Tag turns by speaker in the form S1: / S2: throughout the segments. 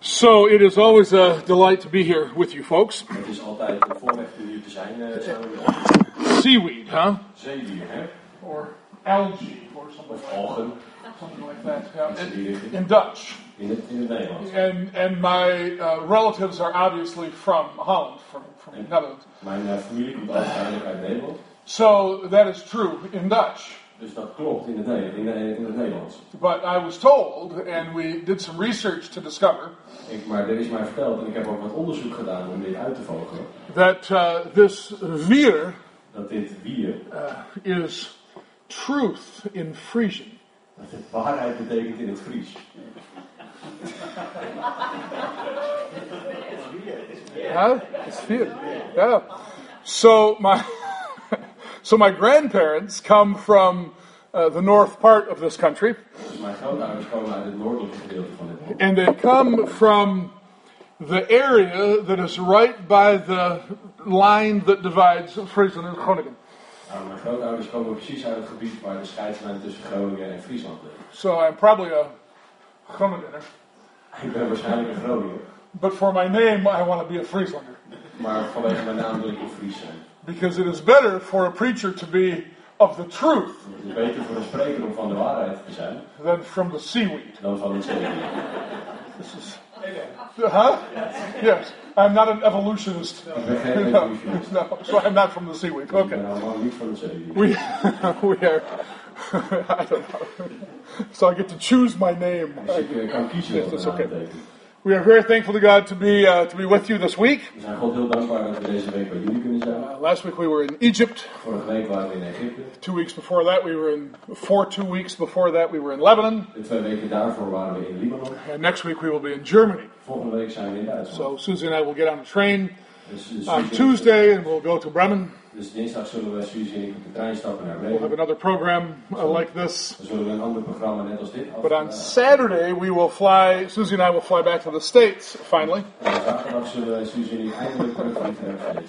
S1: So it is always a delight to be here with you folks.
S2: Het is altijd een voorrecht om hier te zijn, eh samen met
S1: Seaweed, huh?
S2: zeewier, hè?
S1: Or algae, or something
S2: Of algen,
S1: like, something like that. yeah,
S2: in,
S1: in-
S2: in,
S1: in Dutch.
S2: het, in het Nederlands.
S1: And and my uh, relatives are obviously from Holland, from from the Netherlands.
S2: Mijn eh, familie komt uiteindelijk uit Nederland,
S1: So that is true in Dutch.
S2: dus dat klopt in het, Ne- in, eh, in het Nederlands.
S1: But I was told, and we did some research to discover
S2: Ik, maar er is mij verteld, en ik heb ook wat onderzoek gedaan om dit uit te vogelen,
S1: that uh, this vier
S2: dat dit wier,
S1: uh, is truth in Frisian.
S2: dat dit waarheid betekent in het Fries.
S1: Huh? It's fear. Yeah. So my so my grandparents come from uh, the north part of this country,
S2: Dus mijn grootouders komen uit het noordelijke gedeelte van dit land.
S1: and they come from the area that is right by the line that divides Friesland and Groningen.
S2: Nou, mijn grootouders komen precies uit het gebied waar de scheidslijn tussen Groningen en Friesland ligt.
S1: So I'm probably a Groningener,
S2: Ik ben waarschijnlijk een Groninger,
S1: but for my name, I want to be a Frieslander
S2: maar vanwege mijn naam wil ik een Fries zijn.
S1: because it is better for a preacher to be of the truth
S2: Het is beter voor een spreker om van de waarheid te zijn
S1: than from the seaweed.
S2: dan van het zeewier.
S1: This is, huh? Yes, I'm not an evolutionist.
S2: Ik ben geen
S1: No,
S2: evolutionist.
S1: no, so I'm not from the seaweed.
S2: Ik ben
S1: Okay,
S2: allemaal niet van het zeewier.
S1: we we are. I don't know. So I get to choose my name.
S2: Dus ik eh, kan kiezen
S1: Yes,
S2: wat het
S1: that's
S2: naam
S1: okay.
S2: betekent.
S1: We are very thankful to God to be uh, to be with you this week.
S2: We zijn God heel dankbaar dat we deze week bij jullie kunnen zijn.
S1: Uh, last week we were in Egypt.
S2: Vorige week waren we in Egypte.
S1: Two weeks before that we were in four. Two weeks before that we were in Lebanon,
S2: De twee weken daarvoor waren we in Libanon.
S1: and next week we will be in Germany.
S2: Volgende week zijn we in Duitsland.
S1: So Susie and I will get on a train
S2: Dus, dus
S1: on Ah,
S2: Suzy-
S1: Tuesday, and we'll go to Bremen.
S2: Dus dinsdag zullen we Suzy en ik op de trein stappen naar
S1: We'll have
S2: Bremen.
S1: another program uh, like this.
S2: Dan zullen we een ander programma net als dit af.
S1: But on Saturday, we will fly, Susie and I will fly back to the States finally.
S2: En eh, zaterdag zullen Suzy en ik eindelijk terugvliegen naar Vrees.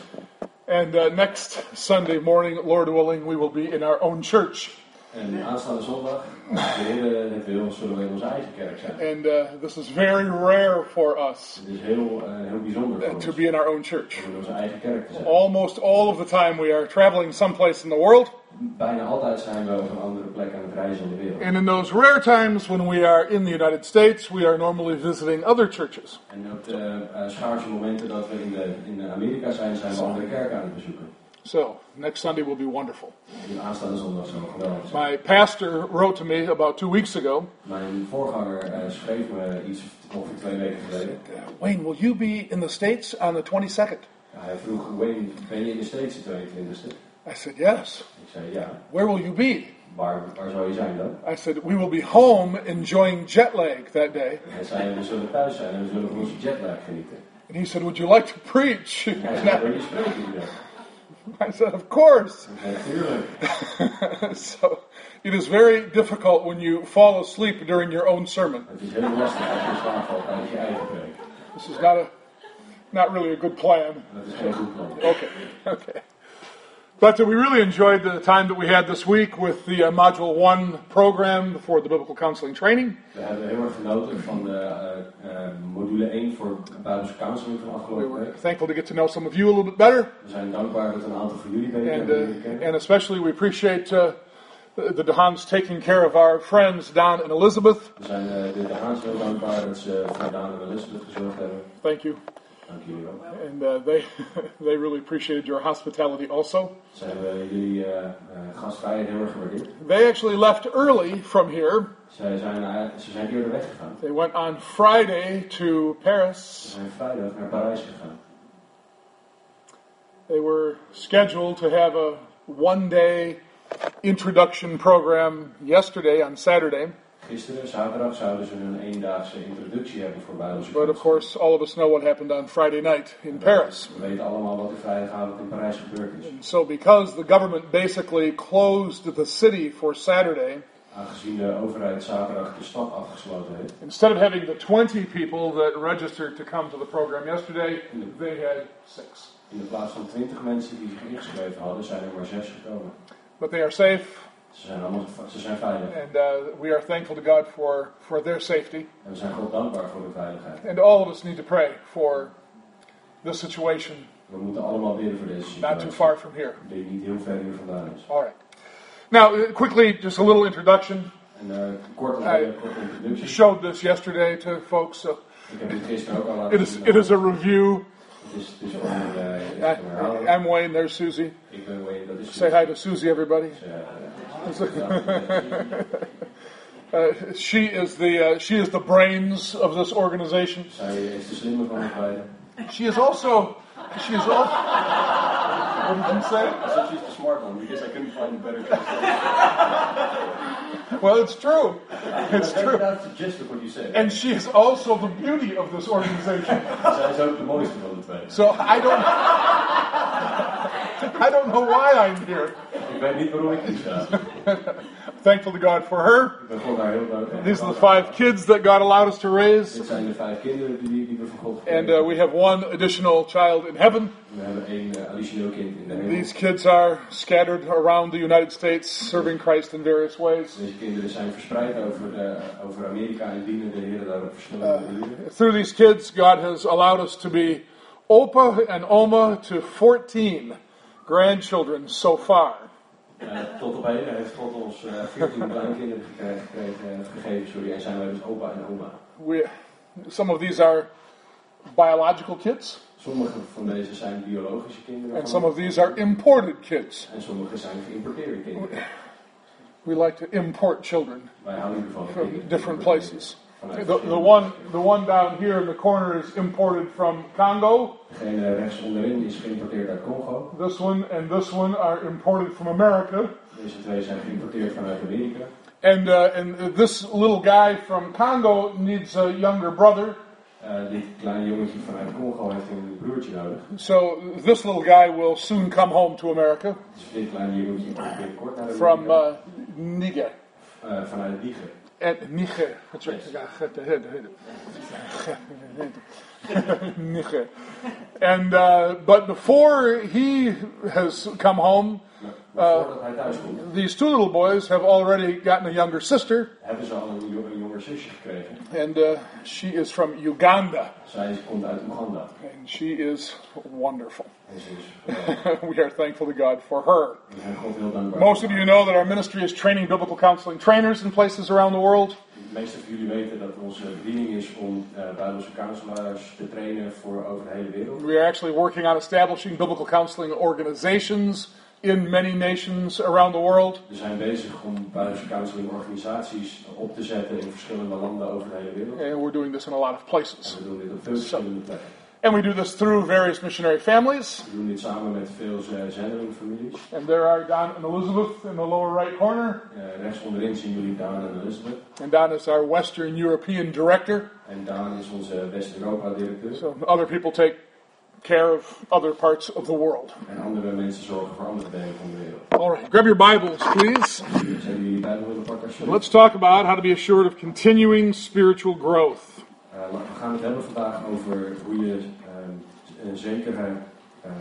S1: And uh, next Sunday morning, Lord willing, we will be in our own church.
S2: En aanstaande zondag, als de Heer het wil, zullen we in onze eigen kerk zijn.
S1: And uh, this is very rare for us
S2: Het is heel, eh, heel bijzonder voor ons
S1: to be in our own church.
S2: om in onze eigen kerk te zijn.
S1: Almost all of the time, we are traveling someplace in the world.
S2: Bijna altijd zijn we op een andere plek aan het reizen in de wereld.
S1: And in those rare times when we are in the United States, we are normally visiting other churches.
S2: En op de eh, schaarse momenten dat we in, de, in Amerika zijn, zijn we andere kerken aan het bezoeken.
S1: So next Sunday will be wonderful.
S2: Dus aanstaande zondag zal geweldig zijn.
S1: My pastor wrote to me about two weeks ago
S2: Mijn voorganger eh, schreef me iets ongeveer twee weken geleden.
S1: "Uh, Wayne, will you be in the States on the 22nd?
S2: Hij vroeg, Wayne, ben je in de States de 22e?
S1: I said, Yes.
S2: Ik zei, ja.
S1: Where will you be?
S2: Waar, waar zou je zijn dan?
S1: I said, We will be home enjoying jet lag that day.
S2: Hij zei, we zullen thuis zijn en we zullen van onze jetlag genieten.
S1: And he said, Would you like to preach?
S2: Hij
S1: And
S2: zei,
S1: I,
S2: wil je spreken hier?
S1: I said, Of course.
S2: Natuurlijk.
S1: so it is very difficult when you fall asleep during your own sermon.
S2: Het is heel lastig als je slaap valt tijdens je eigen preek.
S1: This is not a not really a good plan.
S2: Dat is geen goed plan.
S1: Okay. Okay. But uh, we really enjoyed the time that we had this week with the uh, Module 1 program for the Biblical Counseling Training.
S2: We hebben heel erg genoten van de eh, eh, module 1 voor Bijbelse counseling van
S1: We
S2: afgelopen
S1: were
S2: week.
S1: thankful to get to know some of you a little bit better.
S2: We zijn dankbaar dat een aantal van jullie beter
S1: And, uh,
S2: hebben leren kennen.
S1: and especially, we appreciate uh, the Dehans taking care of our friends Don and Elizabeth.
S2: We zijn eh, de Haans heel dankbaar dat ze voor Daan en Elisabeth gezorgd hebben.
S1: Thank you.
S2: Dank jullie wel.
S1: And uh, they they really appreciated your hospitality. Also,
S2: Ze hebben jullie eh eh, gastvrijheid heel erg gewaardeerd.
S1: they actually left early from here.
S2: Zij zijn, eh, ze zijn eerder weggegaan.
S1: They went on Friday to
S2: Ze
S1: Paris.
S2: zijn vrijdag naar Parijs gegaan.
S1: They were scheduled to have a one-day introduction program yesterday on Saturday,
S2: Gisteren, zaterdag, zouden ze een eendaagse introductie hebben voor Bijbelse
S1: but of course, all of us know what happened on Friday night in Paris.
S2: We weten allemaal wat er vrijdagavond in Parijs gebeurd is.
S1: So, because the government basically closed the city for Saturday,
S2: Aangezien de overheid zaterdag de stad afgesloten heeft,
S1: instead of having the 20 people that registered to come to the program yesterday, they had six.
S2: in de plaats van 20 mensen die zich ingeschreven hadden, zijn er maar 6 gekomen.
S1: But they are safe,
S2: Ze zijn, allemaal, geva- ze zijn veilig.
S1: And uh, we are thankful to God for, for their safety.
S2: En we zijn God dankbaar voor de veiligheid.
S1: And all of us need to pray for the situation
S2: We moeten allemaal bidden voor deze
S1: not too
S2: situatie.
S1: far from here.
S2: Die niet heel ver hier vandaan is.
S1: All right. Now, uh, quickly, just a little introduction.
S2: En eh kort een
S1: Hey.
S2: hele korte
S1: I
S2: introductie.
S1: showed this yesterday to folks. So
S2: Ik heb dit gisteren ook al laten
S1: it is
S2: zien.
S1: it is a review.
S2: Het is, het is gewoon een, eh, het is
S1: I,
S2: een herhaling.
S1: I'm Wayne. There's Susie.
S2: Ik ben Wayne, dat is...
S1: Say hi to Susie, everybody.
S2: Eh, eh,
S1: Uh, she is the uh, she is the brains of this organization.
S2: Zij is de slimme van ons beiden.
S1: She is also she is also. What did you say?
S2: So she's the smart one, because I couldn't find a better translation.
S1: Well, it's true. It's
S2: That's,
S1: true.
S2: that's the gist of what you said.
S1: And she is also the beauty of this organization.
S2: Zij is ook de mooiste van de twee.
S1: So I don't I don't know why I'm here.
S2: Ik weet niet waarom ik hier sta.
S1: Thankful to God for her.
S2: Ik ben God daar heel dankbaar.
S1: These are the five kids that God allowed us to raise.
S2: Dit zijn de vijf kinderen die, die we van God
S1: And uh, we have one additional child in heaven.
S2: We hebben één eh, additioneel kind in de hemel.
S1: These kids are scattered around the United States, serving Christ in various ways.
S2: Deze kinderen zijn verspreid over, de, over Amerika en dienen de Heer daar op verschillende manieren.
S1: Through these kids, God has allowed us to be Opa and Oma to 14 grandchildren so far.
S2: Eh, tot op heden heeft God ons eh, 14 kleinkinderen gekregen, gekregen, eh, gegeven sorry, en zijn wij dus opa en oma.
S1: We, some of these are biological kids,
S2: Sommige van deze zijn biologische kinderen
S1: and
S2: van
S1: some
S2: ons.
S1: of these are imported kids.
S2: en sommige zijn geïmporteerde kinderen.
S1: We like to import children
S2: Wij houden ervan. om
S1: from
S2: kinderen te
S1: different
S2: importeren.
S1: places.
S2: Vanuit
S1: The, the,
S2: verschillende-
S1: one, the one down here in the corner is imported from Congo.
S2: Degene eh, rechts onderin is geïmporteerd uit Congo.
S1: This one and this one are imported from America.
S2: Deze twee zijn geïmporteerd vanuit Amerika.
S1: And, uh, and this little guy from Congo needs a younger brother.
S2: Eh, dit kleine jongetje vanuit Congo heeft een broertje nodig.
S1: So this little guy will soon come home to America
S2: Dus dit kleine jongetje komt binnenkort naar Amerika.
S1: from uh, Niger.
S2: Eh, vanuit Diegen.
S1: And Niger. That's right. Niger. And uh, but before he has come home,
S2: Maar, maar voordat hij thuis komt,
S1: these two little boys have already gotten a younger sister,
S2: hebben ze al een, jo- een jonger zusje gekregen.
S1: and uh, she is from Uganda,
S2: Zij komt uit Oeganda.
S1: and she is wonderful.
S2: En ze is geweldig.
S1: we are thankful to God for her.
S2: We zijn God heel dankbaar.
S1: Most of you know that our ministry is training biblical counseling trainers in places around the world.
S2: De meeste van jullie weten dat onze bediening is om eh Bijbelse counselaars te trainen voor over de hele wereld.
S1: We are actually working on establishing biblical counseling organizations in many nations around the world.
S2: We zijn bezig om Bijbelse counseling organisaties op te zetten in verschillende landen over de hele wereld.
S1: And we're doing this in a lot of places.
S2: En we doen dit op veel verschillende plekken.
S1: And we do this through various missionary families.
S2: We doen dit samen met veel eh, zendelingfamilies.
S1: And there are Don and Elizabeth in the lower right corner.
S2: Eh, rechts onderin zien jullie Daan en Elizabeth.
S1: And Don is our Western European director.
S2: En Daan is onze West-Europa-directeur.
S1: So other people take care of other parts of the world.
S2: En andere mensen zorgen voor andere delen van de wereld.
S1: All right, grab your Bibles, please.
S2: Dus hebben jullie Bijbel willen pakken alsjeblieft?
S1: Let's talk about how to be assured of continuing spiritual growth.
S2: Eh, maar we gaan het hebben vandaag over hoe je ehm, een zekere, ehm,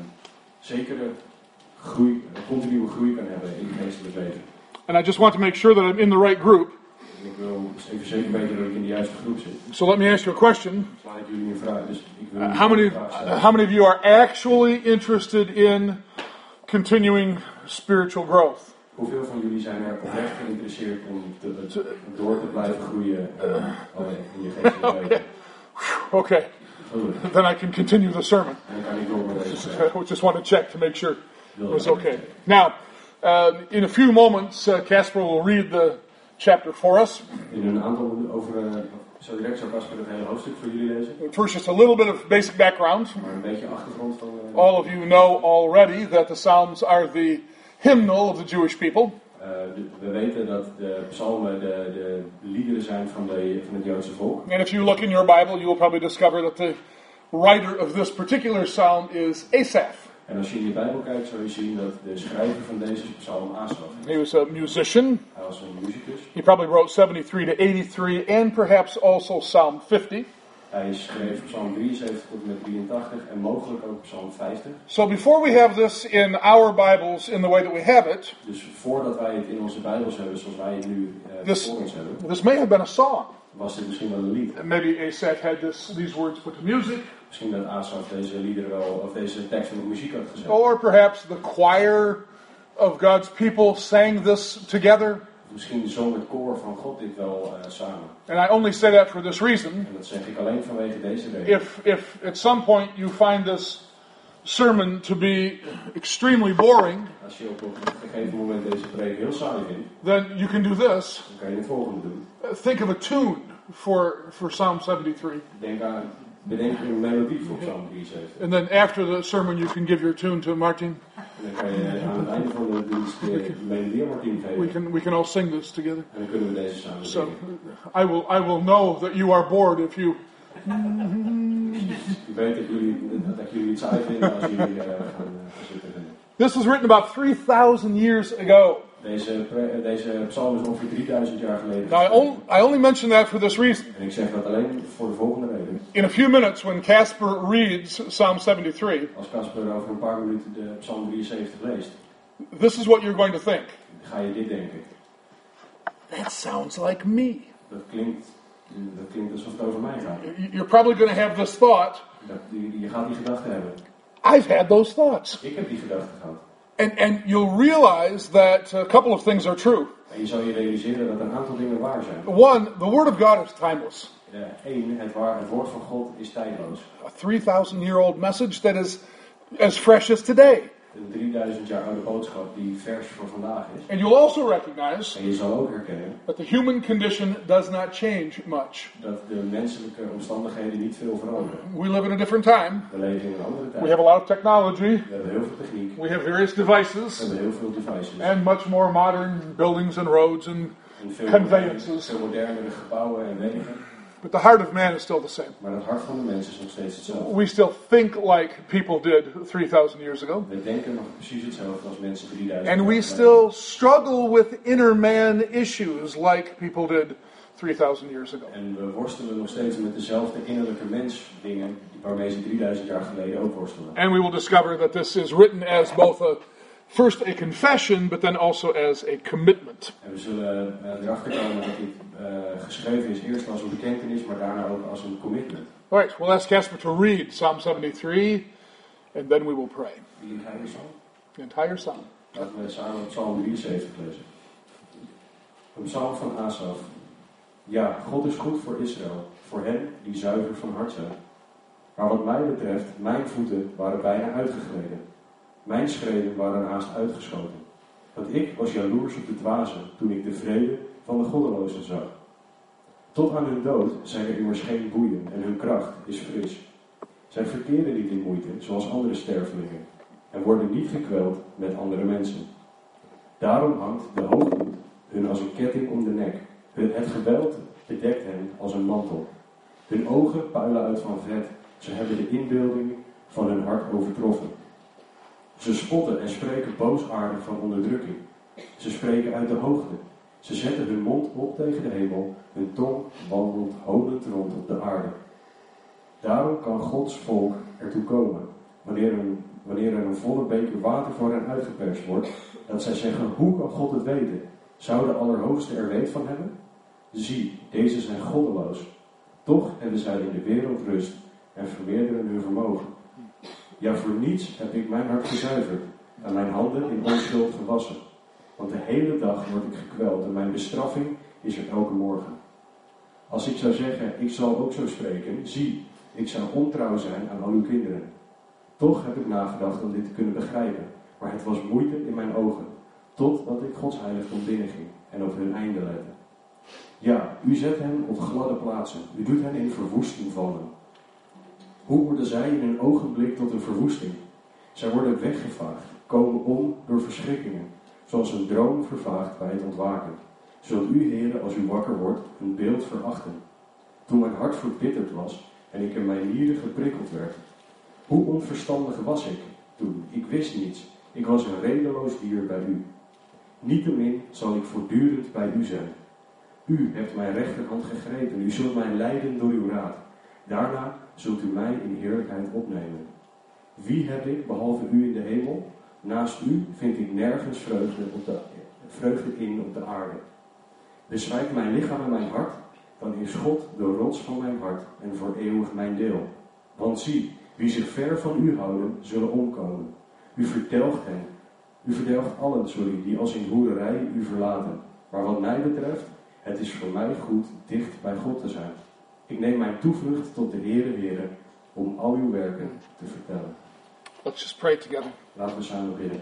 S2: zekere groei, een continue groei kan hebben in je geestelijk leven.
S1: And I just want to make sure that I'm in the right group.
S2: En ik wil even zeker weten dat ik in de juiste groep zit.
S1: So let me ask you a question.
S2: Dus laat ik jullie een vraag. Dus ik wil
S1: How many,
S2: een vraag stellen.
S1: how many of you are actually interested in continuing spiritual growth?
S2: Hoeveel van jullie zijn er oprecht geïnteresseerd om te, te- door te blijven groeien eh, alleen in je geestelijk leven?
S1: Okay,
S2: Goed.
S1: then I can continue the sermon.
S2: En dan kan ik door met deze vraag.
S1: I just want to check to make sure it was
S2: Wilde.
S1: okay. Now, uh, in a few moments, uh, Casper will read the chapter for us.
S2: eh, In een aantal over, eh, zo direct zou Casper het hele hoofdstuk voor jullie lezen.
S1: First, just a little bit of basic background.
S2: Maar een beetje achtergrond van. eh,
S1: All of you know already that the Psalms are the hymnal of the Jewish people.
S2: eh, de- we weten dat de psalmen de, de liederen zijn van, de, van het Joodse volk.
S1: And if you look in your Bible, you will probably discover that the writer of this particular psalm is Asaph.
S2: En als je in je Bijbel kijkt, zul je zien dat de schrijver van deze psalm Asaf is.
S1: He was a musician.
S2: Hij was een muzikus.
S1: He probably wrote 73 to 83 and perhaps also Psalm 50.
S2: Hij schreef Psalm 73 tot en met 83 en mogelijk ook Psalm 50.
S1: So before we have this in our Bibles in the way that we have it,
S2: Dus voordat wij het in onze Bijbels hebben, zoals wij het nu eh,
S1: Dus-
S2: voor ons hebben,
S1: this may have been a song.
S2: was dit misschien wel een lied.
S1: And maybe Asaph had this, these words put to music,
S2: Misschien dat Asaf deze liederen wel, of deze teksten op muziek had gezet.
S1: or perhaps the choir of God's people sang this together.
S2: Misschien zong het koor van God dit wel eh, samen.
S1: And I only say that for this reason.
S2: En dat zeg ik alleen vanwege deze reden.
S1: If, if at some point you find this sermon to be extremely boring,
S2: Als je op een gegeven moment deze preek heel saai vindt,
S1: then you can do this.
S2: dan kan je het volgende doen.
S1: Uh, Think of a tune for, for Psalm 73.
S2: Denk aan, bedenk een melodie voor Psalm 73.
S1: And then after the sermon, you can give your tune to Martin.
S2: En dan kan je aan het einde van de dienst de melodie aan Martien
S1: We
S2: geven.
S1: can, we can all sing this together.
S2: En dan kunnen we deze samen
S1: So
S2: zingen.
S1: I will, I will know that you are bored if you.
S2: Ik weet dat jullie, dat ik jullie het saai vinden als jullie eh, gaan eh, gaan zitten.
S1: This was written about 3,000 years ago.
S2: Deze, pre- eh, deze psalm is ongeveer 3000 jaar geleden.
S1: Now, I, on, I only mention that for this reason.
S2: En ik zeg dat alleen voor de volgende reden.
S1: In a few minutes, when Casper reads Psalm 73,
S2: Als Casper over een paar minuten de psalm 73 leest,
S1: this is what you're going to think.
S2: ga je dit denken.
S1: That sounds like me.
S2: Dat klinkt, dat klinkt alsof het over mij gaat.
S1: Y- You're probably going to have this thought.
S2: Dat, je, je gaat die gedachte hebben.
S1: I've had those thoughts.
S2: Ik heb die gedachte gehad.
S1: And, and you'll realize that a couple of things are true.
S2: En je zou je realiseren dat een aantal dingen waar zijn.
S1: One, the Word of God is timeless.
S2: Eén, het, waar, het woord van God is tijdloos.
S1: A 3,000 year old message that is as fresh as today.
S2: Een 3000 jaar oude boodschap die vers voor vandaag is.
S1: And you'll also recognize
S2: En je zal ook herkennen
S1: that the human condition does not change much.
S2: dat de menselijke omstandigheden niet veel veranderen.
S1: We live in a different time.
S2: We leven in een andere tijd.
S1: We have a lot of technology.
S2: We hebben heel veel techniek.
S1: We have various
S2: We
S1: devices
S2: hebben heel veel devices.
S1: and much more modern buildings and roads and
S2: En veel,
S1: Conveyances.
S2: veel modernere gebouwen en wegen.
S1: but the heart of man is still the same.
S2: Maar het hart van de mens is nog steeds hetzelfde.
S1: We still think like people did 3,000 years ago.
S2: We denken nog precies hetzelfde als mensen 3000
S1: And we
S2: jaar geleden.
S1: still struggle with inner man issues like people did 3,000 years ago.
S2: En we worstelen nog steeds met dezelfde innerlijke mensdingen waarmee ze 3000 jaar geleden ook worstelden.
S1: And we will discover that this is written as both a first a confession, but then also as a commitment.
S2: En we zullen eh, erachter komen dat dit eh, geschreven is eerst als een bekentenis, maar daarna ook als een commitment.
S1: All right, we'll ask Casper to read Psalm 73, and then we will pray.
S2: Wie ga je zo?
S1: The entire psalm.
S2: Laten we samen Psalm 73 lezen. Een psalm van Asaf. Ja, God is goed voor Israël, voor hen die zuiver van hart zijn. Maar wat mij betreft, mijn voeten waren bijna uitgegleden. Mijn schreden waren haast uitgeschoten. Want ik was jaloers op de dwazen toen ik de vrede van de goddelozen zag. Tot aan hun dood zijn er immers geen boeien en hun kracht is fris. Zij verkeren niet in moeite, zoals andere stervelingen en worden niet gekweld met andere mensen. Daarom hangt de hoogmoed hun als een ketting om de nek. Hun, het geweld bedekt hen als een mantel. Hun ogen puilen uit van vet. Ze hebben de inbeelding van hun hart overtroffen. Ze spotten en spreken boosaardig van onderdrukking. Ze spreken uit de hoogte. Ze zetten hun mond op tegen de hemel. Hun tong wandelt honend rond op de aarde. Daarom kan Gods volk ertoe komen wanneer, een, wanneer er een volle beker water voor hen uitgeperst wordt, dat zij zeggen, hoe kan God het weten? Zou de Allerhoogste er weet van hebben? Zie, deze zijn goddeloos. Toch hebben zij in de wereld rust en vermeerderen hun vermogen. Ja, voor niets heb ik mijn hart gezuiverd en mijn handen in onschuld gewassen. Want de hele dag word ik gekweld en mijn bestraffing is er elke morgen. Als ik zou zeggen, ik zal ook zo spreken, zie, ik zou ontrouw zijn aan al uw kinderen. Toch heb ik nagedacht om dit te kunnen begrijpen, maar het was moeite in mijn ogen, totdat ik Gods heiligdom binnenging en op hun einde lette. Ja, u zet hen op gladde plaatsen, u doet hen in verwoesting vallen. Hoe worden zij in een ogenblik tot een verwoesting? Zij worden weggevaagd, komen om door verschrikkingen, zoals een droom vervaagt bij het ontwaken. Zult u, heren, als u wakker wordt, een beeld verachten? Toen mijn hart verbitterd was en ik in mijn nieren geprikkeld werd, hoe onverstandig was ik toen? Ik wist niets. Ik was een redeloos dier bij u. Niettemin zal ik voortdurend bij u zijn. U hebt mijn rechterhand gegrepen. U zult mij leiden door uw raad. Daarna zult u mij in heerlijkheid opnemen. Wie heb ik behalve u in de hemel? Naast u vind ik nergens vreugde, op de, vreugde in op de aarde. Beschrijf mijn lichaam en mijn hart, dan is God de rots van mijn hart en voor eeuwig mijn deel. Want zie, wie zich ver van u houden, zullen omkomen. U verdelgt hen. U verdelgt allen, sorry, die als in hoerderij u verlaten. Maar wat mij betreft, het is voor mij goed dicht bij God te zijn. Ik neem mijn toevlucht tot de Heere Heere om al uw werken te vertellen.
S1: Let's just pray together.
S2: Laten we samen bidden.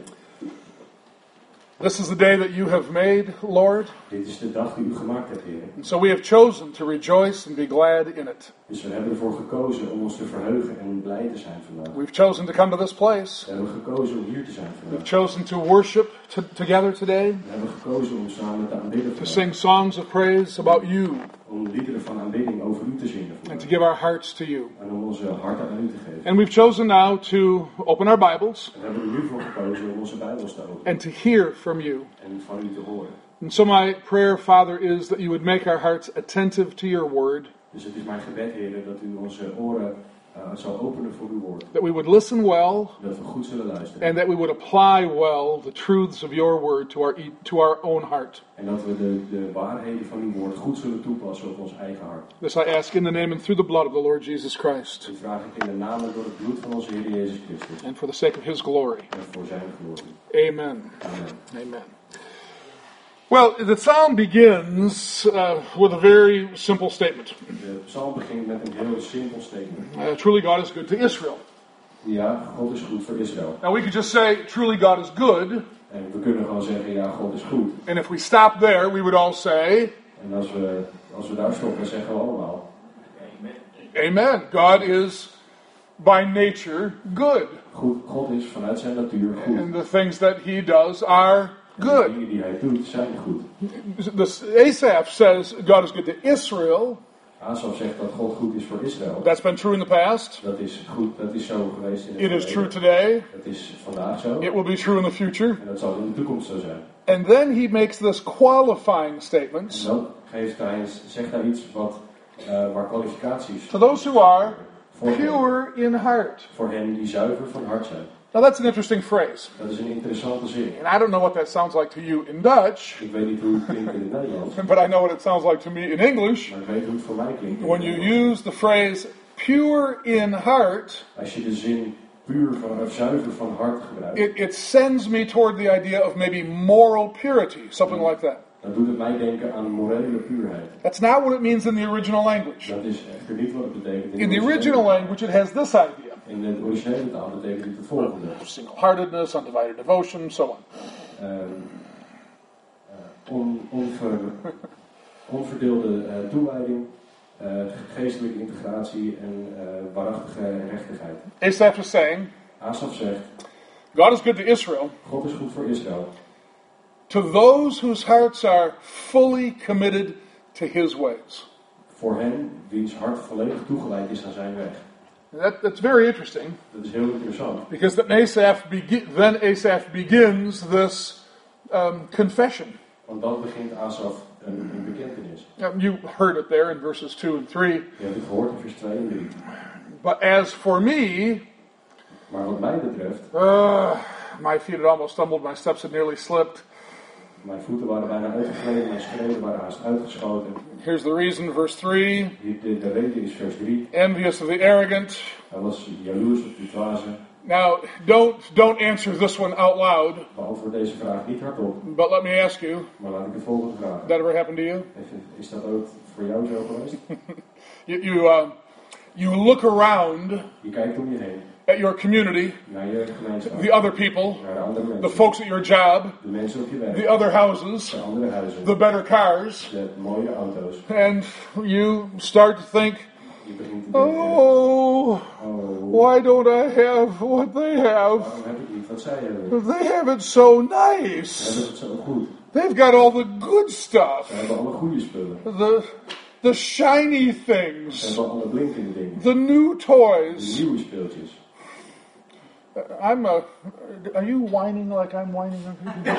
S1: This is the day that you have made, Lord,
S2: Dit is de dag die u gemaakt hebt, Heer.
S1: and so we have chosen to rejoice and be glad in it.
S2: Dus we hebben ervoor gekozen om ons te verheugen en blij te zijn vandaag.
S1: We've chosen to come to this place.
S2: We hebben gekozen om hier te zijn
S1: We've
S2: vandaag.
S1: chosen to worship t- together today,
S2: We hebben gekozen om samen te aanbidden
S1: to
S2: vandaag.
S1: sing songs of praise about you,
S2: Om liederen van aanbidding over u te zingen
S1: and to
S2: vandaag.
S1: give our hearts to you.
S2: En om onze harten aan u te geven.
S1: And we've chosen now to open our Bibles
S2: We hebben er nu voor gekozen om onze Bijbels te openen
S1: and to hear from you.
S2: en van u te horen.
S1: And so my prayer, Father, is that you would make our hearts attentive to your word,
S2: Dus het is mijn gebed, Heer, dat u onze oren eh, zal openen voor uw woord.
S1: that we would listen well,
S2: Dat we goed zullen luisteren.
S1: and that we would apply well the truths of your word to our, e- to our own heart.
S2: En dat we de, de waarheden van uw woord goed zullen toepassen op ons eigen hart.
S1: This I ask in the name and through the blood of the Lord Jesus Christ,
S2: Dit vraag ik in de naam en door het bloed van onze Heer Jezus Christus.
S1: and for the sake of his glory.
S2: En voor zijn glorie.
S1: Amen.
S2: Amen.
S1: Amen. Well, the psalm begins uh, with a very simple statement.
S2: De psalm begint met een heel simpel statement.
S1: Uh, truly, God is good to Israel.
S2: Ja, God is goed voor Israël.
S1: Now, we could just say, truly, God is good,
S2: En we kunnen gewoon zeggen, ja, God is goed.
S1: and if we stop there, we would all say,
S2: En als we, als we daar stoppen, zeggen we allemaal,
S1: Amen. God is by nature good,
S2: goed, God is vanuit zijn natuur goed.
S1: and the things that he does are
S2: De
S1: good.
S2: dingen die hij doet, zijn goed.
S1: The Asaph says God is good to Israel.
S2: Asaf zegt dat God goed is voor Israël.
S1: That's been true in the past.
S2: Dat is goed, dat is zo geweest in het
S1: It is
S2: verleden.
S1: true today.
S2: Dat is vandaag zo.
S1: It will be true in the future.
S2: En dat zal in de toekomst zo zijn.
S1: And then he makes this qualifying
S2: En
S1: statement
S2: dan geeft hij, zegt hij iets wat, eh waar kwalificaties
S1: to those who are
S2: voor,
S1: pure in heart.
S2: voor hen die zuiver van hart zijn.
S1: Now that's an interesting phrase.
S2: Dat is een interessante zin.
S1: And I don't know what that sounds like to you in Dutch,
S2: Ik weet niet hoe het klinkt in het Nederlands,
S1: but I know what it sounds like to me in English.
S2: maar ik weet hoe het voor mij klinkt. in het
S1: When you
S2: Nederlands.
S1: use the phrase pure in heart,
S2: Als je de zin puur van, of zuiver van hart gebruikt,
S1: it, it sends me toward the idea of maybe moral purity, something like that.
S2: dan doet het mij denken aan morele puurheid.
S1: That's not what it means in the original language.
S2: Dat is echter niet wat het betekent
S1: In
S2: de
S1: the original language, it has this idea
S2: In de originele taal betekent het het volgende.
S1: single heartedness, undivided devotion, so on.
S2: Ehm, eh, on, onver- onverdeelde eh, toewijding, eh, geestelijke integratie en eh waarachtige rechtigheid.
S1: Asaph is saying,
S2: Asaf zegt,
S1: God is good to Israel,
S2: God is goed voor Israël.
S1: to those whose hearts are fully committed to his ways.
S2: Voor hen wiens hart volledig toegeleid is aan zijn weg.
S1: That, that's very interesting
S2: Dat is heel interessant.
S1: because then Asaph, begi- then Asaph begins this um, confession.
S2: Want dan begint Asaf een, een bekentenis.
S1: Now, You heard it there in verses 2 and 3.
S2: Je hebt het gehoord in vers 2 en 3.
S1: But as for me,
S2: Maar wat mij betreft,
S1: Ugh, my feet had almost stumbled, my steps had nearly slipped.
S2: mijn voeten waren bijna uitgegleden, mijn schreden waren haast uitgeschoten.
S1: Here's the reason, verse 3
S2: Hier- De, de reden is vers 3.
S1: envious of the arrogant.
S2: Hij was jaloers op die dwazen.
S1: Now, don't, don't answer this one out loud,
S2: Beantwoord deze vraag niet hardop,
S1: but let me ask you
S2: maar laat ik de volgende vraag.
S1: that ever happened to you?
S2: Is dat ook voor jou zo geweest?
S1: You, you, uh, you look around
S2: Je kijkt om je heen,
S1: at your community,
S2: naar je gemeenschap,
S1: the other people,
S2: naar de andere
S1: the
S2: mensen,
S1: folks at your job,
S2: de mensen op je werk,
S1: the other houses,
S2: de andere huizen,
S1: the better cars,
S2: de mooie auto's.
S1: and you start to think,
S2: Je begint te denken,
S1: oh,
S2: oh,
S1: why don't I have what they have?
S2: waarom heb ik niet wat zij hebben?
S1: They have it so
S2: Ze
S1: nice.
S2: hebben het zo goed.
S1: They've got all the good
S2: Ze
S1: stuff.
S2: hebben alle goede spullen.
S1: The the shiny
S2: Ze
S1: things.
S2: hebben alle blinkende dingen.
S1: The new
S2: De
S1: toys.
S2: nieuwe speeltjes.
S1: I'm a are you whining like I'm whining over here?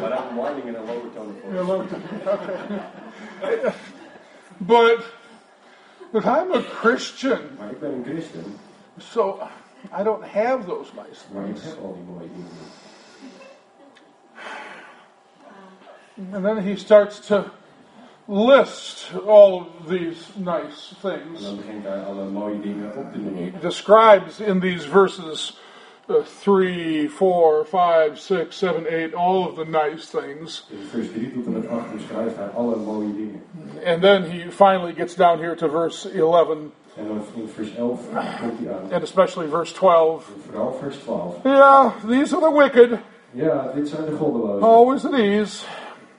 S2: Maar I'm whining in a lower tone of voice.
S1: But But I'm a Christian,
S2: Maar ik ben een christen,
S1: so I don't have those
S2: maar ik
S1: licenses.
S2: heb al die mooie dingen niet.
S1: And then he starts to list all of these nice
S2: En
S1: things.
S2: dan begint hij alle mooie dingen op te noemen.
S1: describes in these verses uh, 3, 4, 5, 6, 7, 8, all of the nice things.
S2: In vers 3 tot en met 8 beschrijft hij alle mooie dingen.
S1: And then he finally gets down here to verse 11
S2: En dan in vers 11 komt hij aan.
S1: and especially verse 12.
S2: En vooral vers 12.
S1: Yeah, these are the wicked,
S2: Ja, dit zijn de goddelozen.
S1: always at ease.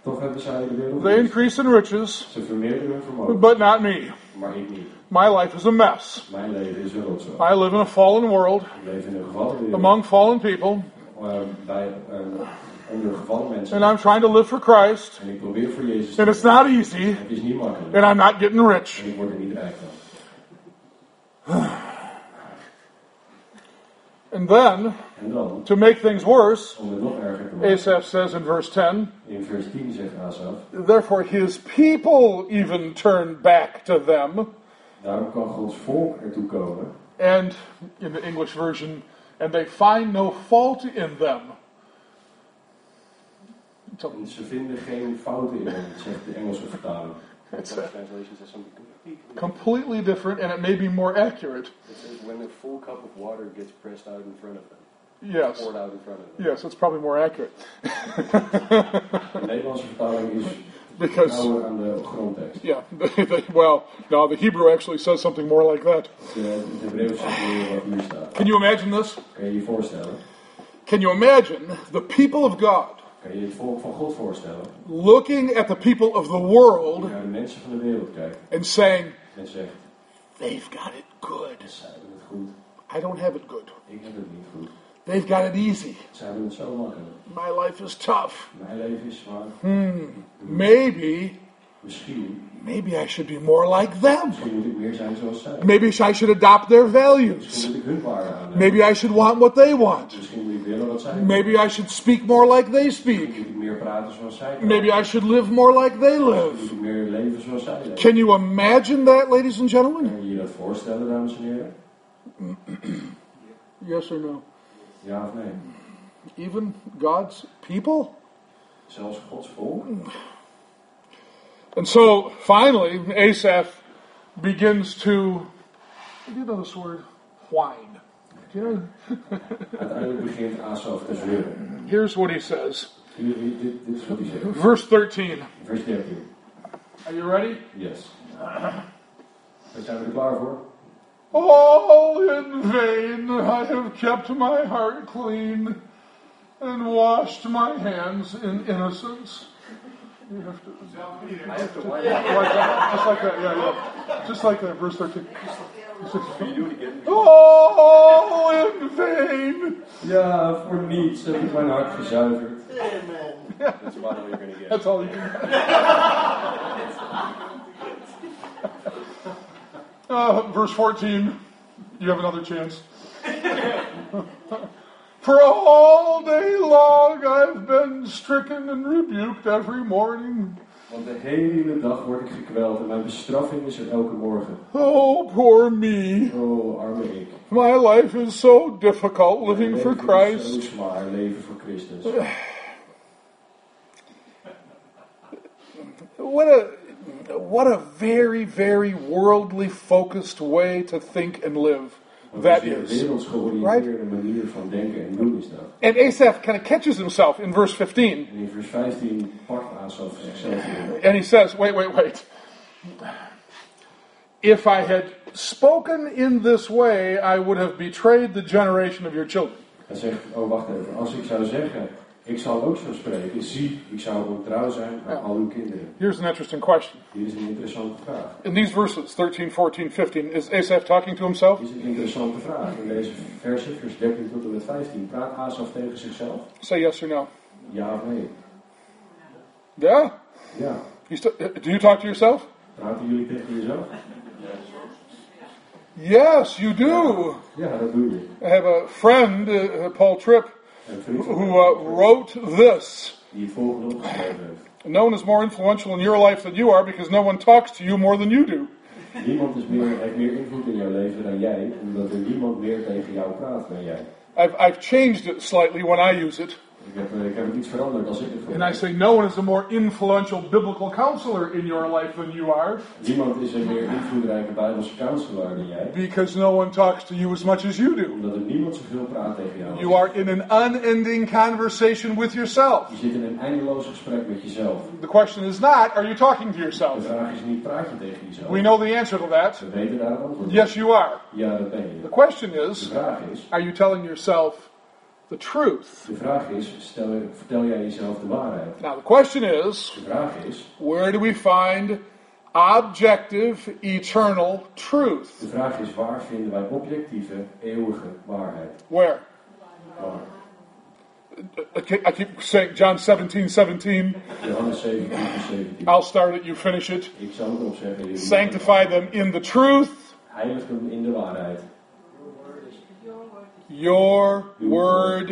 S2: Toch hebben zij de wereld
S1: They
S2: niet.
S1: increase in riches,
S2: Ze vermeerderen hun vermogen,
S1: but not me.
S2: maar ik niet.
S1: My life is a mess.
S2: Mijn leven is een rotzooi.
S1: I live in a fallen world
S2: Ik leef in een gevallen wereld.
S1: among fallen people,
S2: eh, bij, eh, onder gevallen mensen.
S1: and I'm trying to live for Christ,
S2: En ik probeer voor Jezus te
S1: and it's not easy,
S2: Het is niet makkelijk.
S1: and I'm not getting rich.
S2: En ik word er niet rijk van.
S1: And then,
S2: En dan,
S1: to make things worse,
S2: om het nog erger te maken.
S1: Asaph says in verse 10,
S2: In vers 10 zegt Asaf.
S1: Therefore, his people even turn back to them.
S2: Daarom kan Gods volk ertoe komen.
S1: And in the English version, and they find no fault in them. It's a,
S2: Want ze vinden geen fouten in hen, zegt de Engelse vertaling.
S1: it's
S3: Some
S1: a
S3: translations say something completely.
S1: completely different, and it may be more accurate.
S3: It says when a full cup of water gets pressed out in front of them,
S1: Yes.
S3: poured out in front of them.
S1: Yes, it's probably more accurate.
S2: De Nederlandse vertaling is
S1: Because,
S2: ouder aan de grondtekst.
S1: yeah, they, they, well, no, the Hebrew actually says something more like that.
S2: De- Het Hebreeuwse is meer wat hier staat.
S1: Can you imagine this?
S2: Kan je je voorstellen?
S1: Can you imagine the people of God
S2: Kan je het volk van God voorstellen?
S1: looking at the people of the
S2: Als je
S1: world
S2: naar de mensen van de wereld kijkt
S1: and saying,
S2: en zegt:
S1: They've got it good.
S2: Zij hebben het goed,
S1: I don't have it good.
S2: ik heb het niet goed.
S1: They've got it easy.
S2: Zij hebben het zo makkelijk.
S1: My life is tough.
S2: Mijn leven is zwaar.
S1: Maybe,
S2: Misschien,
S1: maybe I should be more like them.
S2: misschien moet ik meer zijn zoals zij.
S1: Maybe I should adopt their
S2: Misschien
S1: values.
S2: moet ik hun waarde aannemen.
S1: Maybe I should want what they want.
S2: Misschien moet ik willen wat zij willen.
S1: Maybe I should speak more like they
S2: Misschien
S1: speak.
S2: moet ik meer praten zoals zij praten.
S1: Maybe I should live more like they
S2: Misschien moet
S1: live.
S2: ik meer leven zoals zij leven.
S1: Can you imagine that, ladies and gentlemen?
S2: Kan je je dat voorstellen, dames en heren?
S1: Yes or no?
S2: Ja of nee?
S1: Even God's people?
S2: Zelfs Gods volk?
S1: And so finally, Asaph begins to. Do you know this word? Whine. Do you know?
S2: Uiteindelijk begint Asaf te zeuren.
S1: Here's what he says.
S2: Hier, hier, Dit, dit is wat hij zegt.
S1: Verse 13.
S2: Vers 13.
S1: Are you ready?
S2: Yes. We zijn we er klaar voor.
S1: All in vain I have kept my heart clean and washed my hands in innocence. You have to, I have to like that, just like that, yeah, yeah. Just like that, verse 13.
S3: Can you do it again?
S1: All in vain.
S2: Ja, voor niets heb ik mijn hart gezuiverd.
S3: That's about all you're going to get.
S1: That's all you can uh, Verse 14, you have another chance. For all day long I've been stricken and rebuked every morning.
S2: Want de hele dag word ik gekweld en mijn bestraffing is er elke morgen.
S1: Oh, poor me.
S2: Oh, arme ik.
S1: My life is so difficult living for
S2: Leven
S1: Christ. Eh,
S2: is Zo zwaar, leven voor Christus.
S1: What a what a very very worldly focused way to think and live
S2: Want
S1: that
S2: het is
S1: is.
S2: een werelds georiënteerde manier van denken en doen is dat.
S1: And Asaph kind of catches himself in verse 15
S2: En in vers 15 pakt Asaf zichzelf weer.
S1: and he says, "Wait, wait, wait. If I had spoken in this way, I would have betrayed the generation of your children."
S2: Hij zegt, oh wacht even, als ik zou zeggen, ik zal ook zo spreken. Zie, ik zou ontrouw zijn aan al uw kinderen.
S1: Here's an interesting question.
S2: Dit is een interessante vraag.
S1: In these verses 13, 14, 15, is Asaph talking to himself?
S2: Dit is een interessante vraag. In deze versen, vers 13 tot en met 15, praat Asaf tegen zichzelf?
S1: Say yes or no.
S2: Ja of nee?
S1: Yeah.
S2: Ja.
S1: You st- do you talk to yourself?
S2: Praten jullie tegen jezelf?
S1: Yes, you do.
S2: Ja, dat doe je.
S1: I have a friend, uh, Paul Tripp,
S2: Een vriend van
S1: who
S2: mij
S1: uh, wrote this.
S2: die het volgende opgeschreven heeft.
S1: No one is more influential in your life than you are because no one talks to you more than you do.
S2: Niemand is meer, heeft meer invloed in jouw leven dan jij, omdat er niemand meer tegen jou praat dan jij.
S1: I've, I've changed it slightly when I use it,
S2: Ik heb, eh, ik heb het niet veranderd als ik het
S1: and I
S2: gebruik.
S1: say no one is a more influential biblical counselor in your life than you are
S2: Niemand is een meer invloedrijke Bijbelse counselor dan jij,
S1: because no one talks to you as much as you do.
S2: omdat er niemand zoveel praat tegen jou.
S1: You are in an unending conversation with yourself.
S2: Je zit in een eindeloos gesprek met jezelf.
S1: The question is not, are you talking to
S2: De
S1: yourself?
S2: vraag is niet, praat je tegen jezelf?
S1: We know the answer to that.
S2: We weten daar het antwoord op.
S1: Yes, you are.
S2: Ja, dat ben je.
S1: The question
S2: De
S1: is,
S2: vraag is,
S1: are you telling yourself the truth?
S2: de vraag is stel, je- vertel jij jezelf de waarheid?
S1: Now, the question is,
S2: De vraag is,
S1: where do we find objective, eternal
S2: de
S1: truth?
S2: vraag is waar vinden wij objectieve, eeuwige waarheid?
S1: Where?
S2: Waar?
S1: I keep- I keep saying John 17, 17.
S2: Johannes 17, vers 17.
S1: I'll start it, you finish it.
S2: Ik zal het opzeggen. jullie-
S1: Sanctify them in the truth.
S2: Heilig hem in de waarheid.
S1: Your word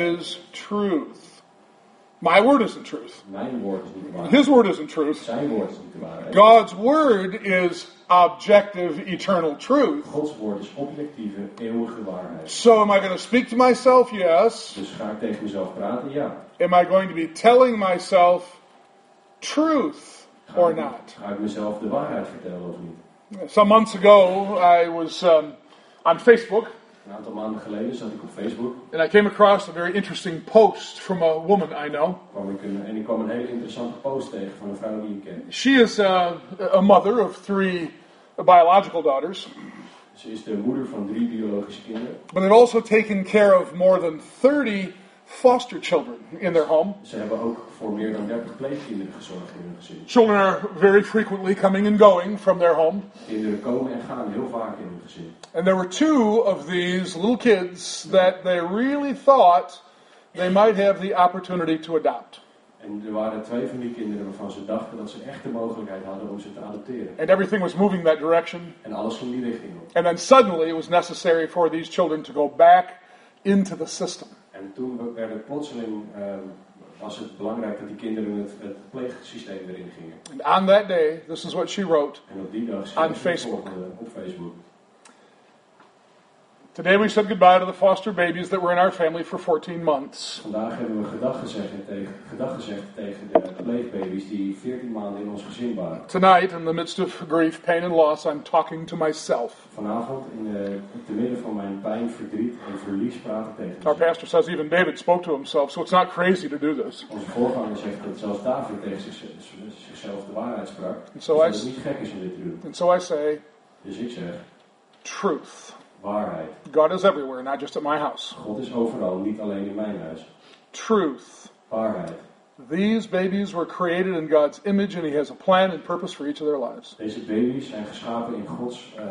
S1: is truth. My word isn't truth.
S2: Mijn woord is niet de waarheid.
S1: His word isn't truth.
S2: Zijn woord is niet de waarheid.
S1: God's word is objective, eternal truth.
S2: Gods woord is objectieve, eeuwige waarheid.
S1: So, am I going to speak to myself? Yes.
S2: Dus ga ik tegen mezelf praten? Ja.
S1: Am I going to be telling myself truth
S2: Ga
S1: or
S2: ik-
S1: not?
S2: Ga ik mezelf de waarheid vertellen of niet?
S1: Some months ago, I was um, on Facebook
S2: Een aantal maanden geleden zat ik op Facebook.
S1: and I came across a very interesting post from a woman I know.
S2: Kwam ik een, en ik kwam een hele interessante post tegen van een vrouw die ik ken.
S1: She is uh, a mother of three biological daughters,
S2: Ze is de moeder van drie biologische kinderen.
S1: but they've also taken care of more than 30 foster children in their home.
S2: Ze hebben ook voor meer dan 30 pleegkinderen gezorgd in hun gezin.
S1: Children are very frequently coming and going from their home.
S2: Kinderen komen en gaan heel vaak in hun gezin.
S1: And there were two of these little kids that they really thought they might have the opportunity to adopt.
S2: En er waren twee van die kinderen waarvan ze dachten dat ze echt de mogelijkheid hadden om ze te adopteren.
S1: And everything was moving that direction.
S2: En alles ging die richting op.
S1: And then suddenly it was necessary for these children to go back into the system.
S2: En toen werd het plotseling, eh, was het belangrijk dat die kinderen het, het pleegsysteem weer ingingen.
S1: And on that day, this is what she wrote
S2: En op die dag schreef
S1: Aan
S2: ze het
S1: Facebook.
S2: volgende op Facebook.
S1: Today we said goodbye to the foster babies that were in our family for 14 months.
S2: Vandaag hebben we gedag gezegd tegen, gedag gezegd tegen de pleegbaby's die 14 maanden in ons gezin waren.
S1: Tonight, in the midst of grief, pain, and loss, I'm talking to myself.
S2: Vanavond, in de, te midden van mijn pijn, verdriet en verlies, praat ik tegen
S1: Our
S2: mezelf.
S1: pastor says even David spoke to himself, so it's not crazy to do this.
S2: Onze voorganger zegt dat zelfs David tegen zich- zichzelf de waarheid sprak.
S1: En
S2: Dus
S1: zo
S2: dat
S1: is-
S2: het niet gek is om dit te doen.
S1: And so I say,
S2: Dus ik zeg,
S1: truth.
S2: waarheid.
S1: God is everywhere, not just at my house.
S2: God is overal, niet alleen in mijn huis.
S1: Truth.
S2: Waarheid.
S1: These babies were created in God's image, and He has a plan and purpose for each of their lives.
S2: Deze baby's zijn geschapen in Gods, eh,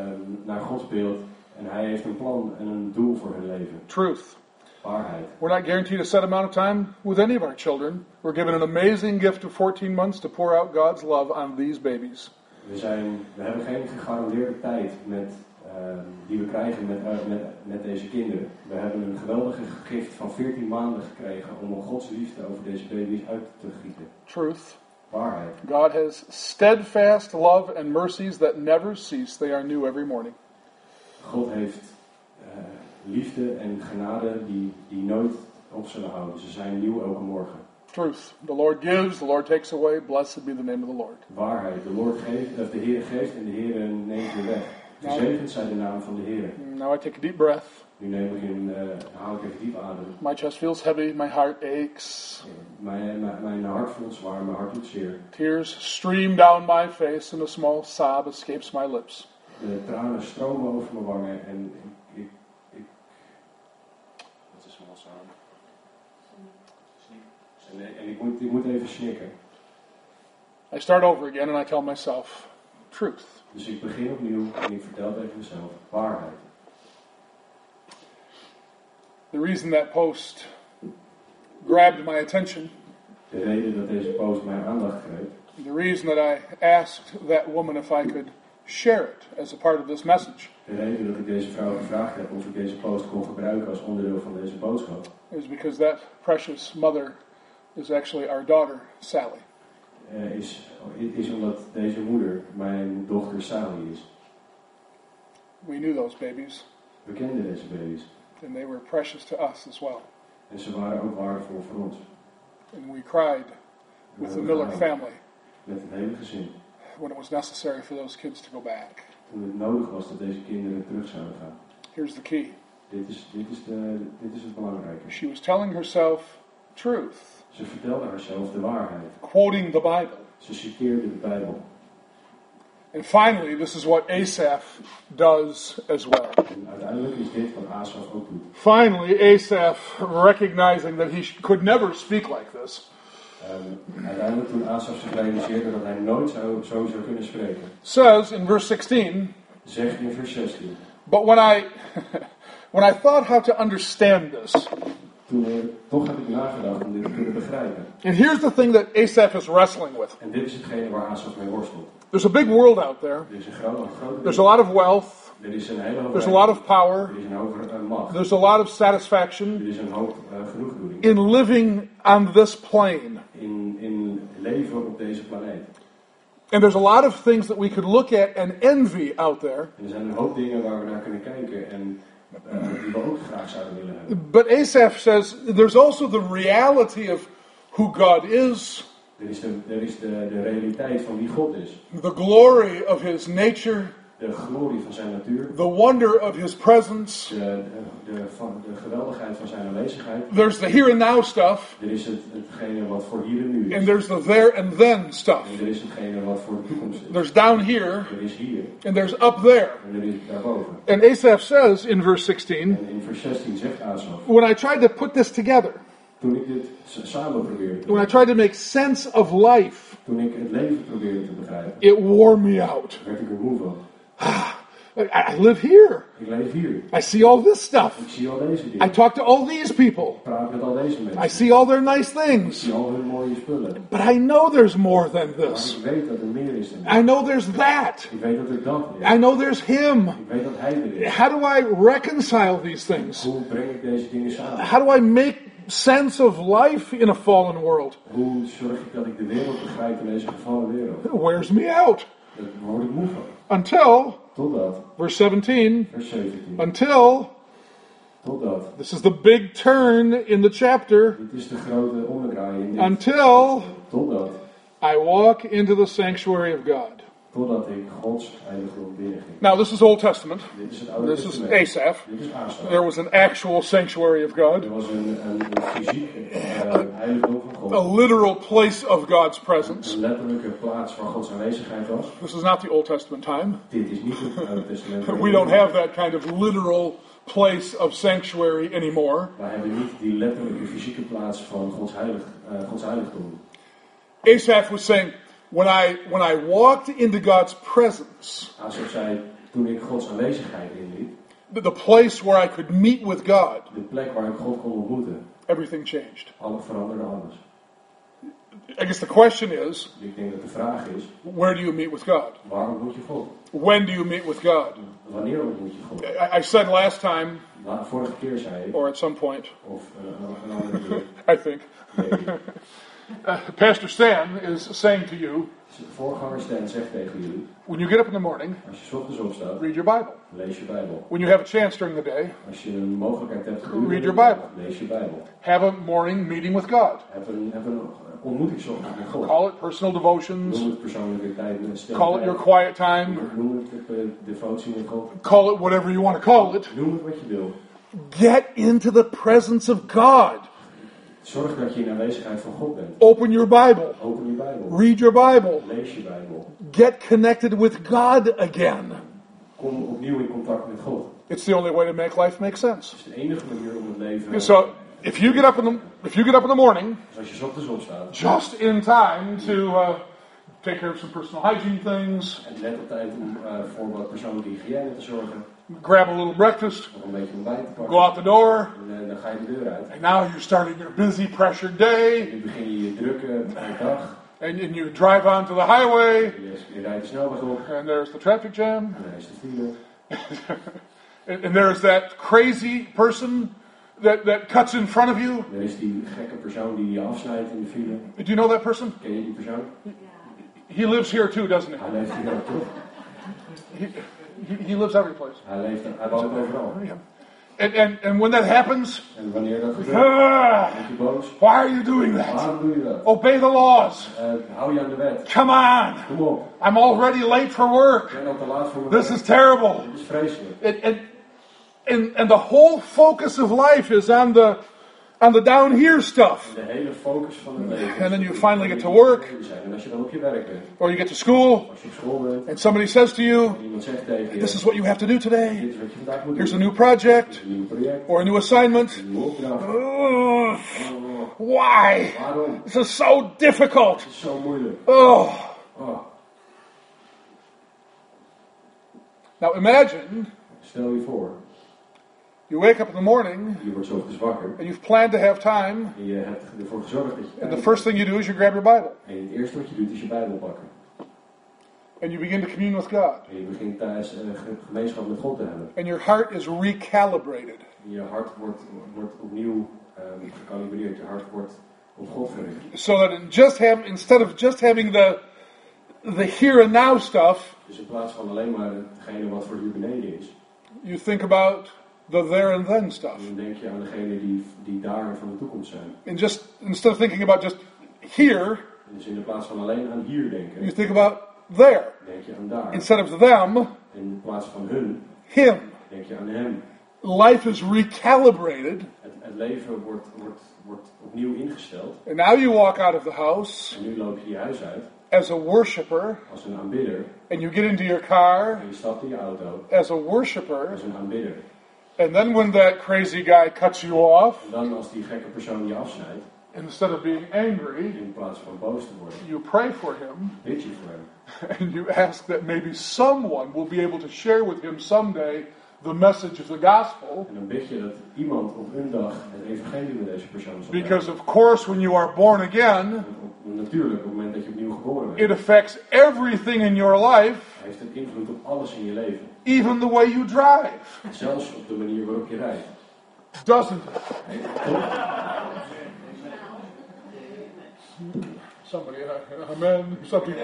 S2: naar Gods beeld. En hij heeft een plan en een doel voor hun leven.
S1: Truth.
S2: Waarheid.
S1: We're not guaranteed a set amount of time with any of our children. We're given an amazing gift of 14 months to pour out God's love on these babies.
S2: We, zijn, we hebben geen gegarandeerde tijd met, eh, die we krijgen met, eh, met, met deze kinderen. We hebben een geweldige gift van 14 maanden gekregen om op Gods liefde over deze baby's uit te gieten.
S1: Truth.
S2: Waarheid.
S1: God has steadfast love and mercies that never cease. They are new every morning.
S2: God heeft eh, liefde en genade die, die nooit op zullen houden. Ze zijn nieuw elke morgen.
S1: Truth. The Lord gives, the Lord takes away. Blessed be the name of the Lord.
S2: Waarheid. De, Lord geeft, of de Heer geeft en de Heer neemt weer weg. Gezegend zij de naam van de Heer.
S1: Now I take a deep breath.
S2: Nu neem ik een, eh, haal ik even diep adem.
S1: My chest feels heavy. My heart aches.
S2: Mijn, eh, mijn, mijn hart voelt zwaar, mijn hart doet zeer.
S1: Tears stream down my face, and a small sob escapes my lips.
S2: De tranen stromen over mijn wangen en ik, ik,
S4: That's a small sound.
S2: en, en ik, moet, ik moet even snikken.
S1: I start over again, and I tell myself, truth.
S2: Dus ik begin opnieuw en ik vertel tegen mezelf waarheid.
S1: The reason that post grabbed my attention,
S2: De reden dat deze post mijn aandacht greep,
S1: the reason that I asked that woman if I could share it as a part of this message,
S2: de reden dat ik deze vrouw gevraagd heb of ik deze post kon gebruiken als onderdeel van deze boodschap,
S1: is because that precious mother is actually our daughter, Sally.
S2: eh, is, is omdat deze moeder mijn dochter Sally is.
S1: We knew those babies,
S2: We kenden deze baby's.
S1: and they were precious to us as well.
S2: En ze waren ook waardevol voor ons.
S1: And we cried
S2: We
S1: with the
S2: hebben
S1: Miller
S2: gehuild
S1: family
S2: Met het hele gezin.
S1: when it was necessary for those kids to go back.
S2: Toen het nodig was dat deze kinderen terug zouden gaan.
S1: Here's the key
S2: Dit is, dit is, de, dit is het belangrijke.
S1: she was telling herself truth,
S2: Ze vertelde haarzelf de waarheid.
S1: quoting the Bible.
S2: Ze citeerde de Bijbel.
S1: And finally, this is what Asaph does as well.
S2: En uiteindelijk is dit wat Asaf ook doet.
S1: Finally, Asaph, recognizing that he sh- could never speak like this,
S2: Ehm, uiteindelijk toen Asaf zich realiseerde dat hij nooit zou, zo zou kunnen spreken.
S1: says in verse 16,
S2: Zegt in vers 16.
S1: But when I, when I thought how to understand this,
S2: Toen eh, toch heb ik nagedacht om dit te kunnen begrijpen.
S1: and here's the thing that Asaph is wrestling with.
S2: En dit is hetgene waar Asaf mee worstelt.
S1: There's a big world out there.
S2: Er is een grote, grote
S1: There's a lot of wealth.
S2: Er is een hele hoop.
S1: There's a lot of
S2: Er
S1: power.
S2: is een hoop eh, macht.
S1: There's a lot of satisfaction
S2: Er is een hoop eh, genoegdoening.
S1: in living on this plane.
S2: In, in leven op deze planeet.
S1: And there's a lot of things that we could look at and envy out there.
S2: En er zijn een hoop dingen waar we naar kunnen kijken en eh, die we ook graag zouden willen hebben.
S1: But Asaph says there's also the reality of who God is,
S2: Er is, de, er is de, de realiteit van wie God is.
S1: the glory of his nature,
S2: De glorie van zijn natuur.
S1: the wonder of his presence.
S2: De, eh, de, de- van, de geweldigheid van zijn aanwezigheid.
S1: There's the here and now stuff,
S2: Er is het, hetgene wat voor hier en nu
S1: and
S2: is.
S1: there's the there and then stuff.
S2: En er is hetgene wat voor de toekomst is.
S1: There's down here,
S2: Er is hier
S1: and there's up there.
S2: en er is daarboven.
S1: And Asaph says in verse 16,
S2: En in vers 16 zegt Asaf,
S1: when I tried to put this together,
S2: toen ik dit s- samen probeerde,
S1: when I
S2: te-
S1: tried to make sense of life,
S2: toen ik het leven probeerde te begrijpen,
S1: it wore me out.
S2: werd ik er moe van.
S1: I, I live here.
S2: Ik leef hier.
S1: I see all this
S2: Ik
S1: stuff.
S2: zie al deze dingen.
S1: I
S2: Ik
S1: talk to all these people.
S2: praat met al deze mensen.
S1: I see all their nice
S2: Ik
S1: things.
S2: zie al hun mooie spullen.
S1: But I know there's more than
S2: Maar
S1: this.
S2: ik weet dat er meer is dan dit.
S1: I know there's that.
S2: Ik weet dat er dat is.
S1: I know there's him.
S2: Ik weet dat hij er is.
S1: How do I reconcile these things?
S2: Hoe breng ik deze dingen samen?
S1: How do I make sense of life in a fallen world?
S2: Hoe zorg ik dat ik de wereld begrijp in deze gevallen wereld?
S1: It wears me out.
S2: Daar word ik moe van.
S1: Until,
S2: Totdat,
S1: verse 17,
S2: vers 17.
S1: until,
S2: Totdat.
S1: this is the big turn in the chapter,
S2: Dit is de grote omdraai in dit.
S1: until
S2: Totdat.
S1: I walk into the sanctuary of God.
S2: Totdat ik Gods heiligdom binnenging.
S1: Now, this is Old Testament.
S2: Dit is het oude
S1: This is
S2: testament.
S1: Asaph.
S2: Dit is
S1: There
S2: Asaf.
S1: was an actual sanctuary of
S2: Er
S1: God,
S2: was een, een, een fysiek eh, heiligdom van
S1: a
S2: God.
S1: literal place of God's presence.
S2: Een letterlijke plaats waar Gods aanwezigheid was.
S1: This is not the Old Testament time.
S2: Dit is niet het oude testament.
S1: We don't have that kind of literal place of sanctuary anymore.
S2: Wij hebben niet die letterlijke fysieke plaats van Gods, heilig, eh, Gods heiligdom.
S1: Asaph was saying, when I, when I walked into God's presence,
S2: Asaf zei, toen ik Gods aanwezigheid inliep,
S1: the the place where I could meet with God,
S2: de plek waar ik God kon ontmoeten,
S1: everything changed.
S2: alles veranderde anders.
S1: I guess the question is,
S2: Dus Ik denk dat de vraag is,
S1: where do you meet with God?
S2: waar ontmoet je God?
S1: When do you meet with God?
S2: Wanneer ontmoet je God?
S1: I, I said last time,
S2: Nou, vorige keer zei ik,
S1: or at some point,
S2: of een, een- een andere keer,
S1: I think,
S2: denk ik.
S1: Pastor Stan is saying to you,
S2: De Dus voorganger Stan zegt tegen jullie,
S1: when you get up in the morning,
S2: als je 's ochtends opstaat,
S1: read your Bible.
S2: lees je Bijbel.
S1: When you have a chance during the day,
S2: Als je een mogelijkheid hebt,
S1: Read your Bible.
S2: lees je Bijbel.
S1: have a morning meeting with God.
S2: Heb een, heb een ontmoetingsochtend met God.
S1: Call it personal devotions,
S2: Noem het persoonlijke tijd met stil.
S1: call it your quiet time,
S2: Noem het eh, devotie met God.
S1: call it whatever you want to call it.
S2: Noem het wat je wil.
S1: Get into the presence of God.
S2: Zorg dat je in aanwezigheid van God bent.
S1: Open your Bible,
S2: Open je Bijbel.
S1: read your Bible,
S2: Lees je Bijbel.
S1: get connected with God again.
S2: Kom opnieuw in contact met God.
S1: It's the only way to make life make sense.
S2: Dat is de enige manier om het leven.
S1: And so, if you get up in the if you get up in the morning,
S2: Dus als je 's ochtends opstaat
S1: just in time to uh, take care of some personal hygiene things,
S2: en net op tijd om eh, voor wat persoonlijke hygiëne te zorgen,
S1: grab a little breakfast,
S2: om een beetje ontbijt te pakken.
S1: go out the door,
S2: En eh, dan ga je de deur uit.
S1: and now you're starting your busy, pressured day,
S2: Nu begin je je drukke eh, dag.
S1: and, and you drive onto the highway,
S2: Je, je rijdt de snelweg op.
S1: and there's the traffic jam,
S2: En dan is de file.
S1: and, and there's that crazy person that, that cuts in front of you.
S2: Er is die gekke persoon die je afsnijdt in de file.
S1: Do you know that person?
S2: Ken je die persoon?
S1: He lives here too, doesn't
S2: Hij leeft hier ook toch?
S1: he? He, he, he lives every place.
S2: Hij leeft hij woont overal.
S1: Yeah. And, and, and when that happens,
S2: En wanneer dat gebeurt,
S1: ah,
S2: wordt hij boos.
S1: why are you doing that?
S2: Waarom doe je dat?
S1: Obey the laws.
S2: Eh, hou je aan de wet.
S1: Come on.
S2: Kom op.
S1: I'm already late for work.
S2: Ik ben al te laat voor mijn
S1: This
S2: werk.
S1: is terrible.
S2: Dit is vreselijk.
S1: And, and, and, and the whole focus of life is on the, on the down here stuff.
S2: De hele focus van het leven.
S1: And then you finally get to work.
S2: En als je dan op je werk bent,
S1: Or you get to school
S2: als je op school bent,
S1: and somebody says to you,
S2: en iemand zegt tegen je,
S1: this is what you have to do today.
S2: dit is wat je vandaag moet
S1: Here's a
S2: doen.
S1: new project
S2: Een nieuw project,
S1: or a new assignment.
S2: een nieuwe opdracht.
S1: Ugh,
S2: Oh,
S1: why?
S2: waarom?
S1: This is so difficult.
S2: Het is zo moeilijk.
S1: Oh.
S2: Oh,
S1: Now imagine
S2: stel je voor,
S1: you wake up in the morning
S2: je wordt zo ochtends wakker
S1: and you've planned to have time,
S2: en je hebt ervoor gezorgd dat je
S1: and the first thing you do is you grab your Bible
S2: En het eerste wat je doet is je Bijbel pakken.
S1: and you begin to commune with God.
S2: En je begint thuis eh, ge- gemeenschap met God te hebben.
S1: And your heart is recalibrated.
S2: En je hart wordt, wordt opnieuw eh, gecalibreerd. Je hart wordt op God gericht.
S1: So that in just have, instead of just having the the here and now stuff,
S2: Dus in plaats van alleen maar hetgene wat voor u beneden is,
S1: you think about the there and then stuff.
S2: dan denk je aan degene die, die daar en van de toekomst zijn.
S1: And just instead of thinking about just here,
S2: Dus in de plaats van alleen aan hier denken,
S1: you think about there.
S2: denk je aan daar.
S1: Instead of them,
S2: In plaats van hun,
S1: him.
S2: denk je aan hem.
S1: Life is recalibrated,
S2: Het, het leven wordt, wordt, wordt opnieuw ingesteld.
S1: and now you walk out of the house
S2: En nu loop je je huis uit
S1: as a worshiper,
S2: als een aanbidder.
S1: and you get into your car
S2: En je stapt in je auto
S1: as a worshiper,
S2: als een aanbidder.
S1: and then when that crazy guy cuts you off,
S2: En dan als die gekke persoon je afsnijdt,
S1: instead of being angry,
S2: in plaats van boos te worden,
S1: you pray for him
S2: bid je voor hem.
S1: and you ask that maybe someone will be able to share with him someday the message of the gospel.
S2: En dan bid je dat iemand op een dag het evangelie met deze persoon zal
S1: Because, of course, when you are born again,
S2: brengen. Want op- Natuurlijk, op het moment dat je opnieuw geboren
S1: it
S2: bent,
S1: affects everything in your life,
S2: heeft het invloed op alles in je leven.
S1: even the way you drive.
S2: Zelfs op de manier waarop je rijdt.
S1: Doesn't it?
S2: Toch?
S1: Somebody, uh, amen, something.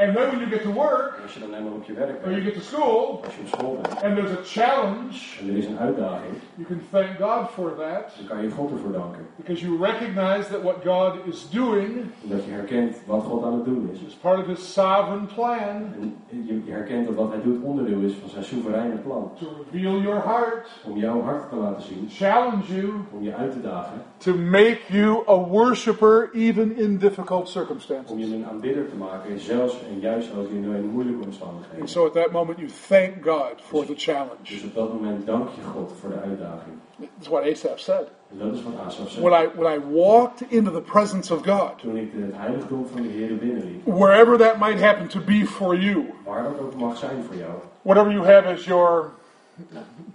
S1: And then when you get to work
S2: En als je dan helemaal op je werk
S1: or you
S2: bent,
S1: get to school
S2: als je op school bent,
S1: and there's a challenge,
S2: en er is een uitdaging,
S1: you can thank God for that
S2: dan kan je God ervoor danken.
S1: because you recognize that what God is doing
S2: Omdat je herkent wat God aan het doen is.
S1: is part of His sovereign plan
S2: En je je herkent dat wat hij doet onderdeel is van zijn soevereine plan.
S1: to reveal your heart,
S2: Om jouw hart te laten zien,
S1: challenge you,
S2: om je uit te dagen,
S1: to make you a worshiper even in difficult
S2: om
S1: circumstances.
S2: je een aanbidder te maken, zelfs en juist ook in een moeilijke
S1: And
S2: omstandigheden.
S1: so at that moment, you thank God for the
S2: Dus
S1: challenge.
S2: op dat moment dank je God voor de uitdaging.
S1: That's what Asaph said.
S2: En dat is wat Asaf
S1: When
S2: zei.
S1: I, when I walked into the presence of God,
S2: Toen ik de- het heiligdom van de Heer binnenliep,
S1: wherever that might happen to be for you,
S2: waar dat ook mag zijn voor jou,
S1: whatever you have as your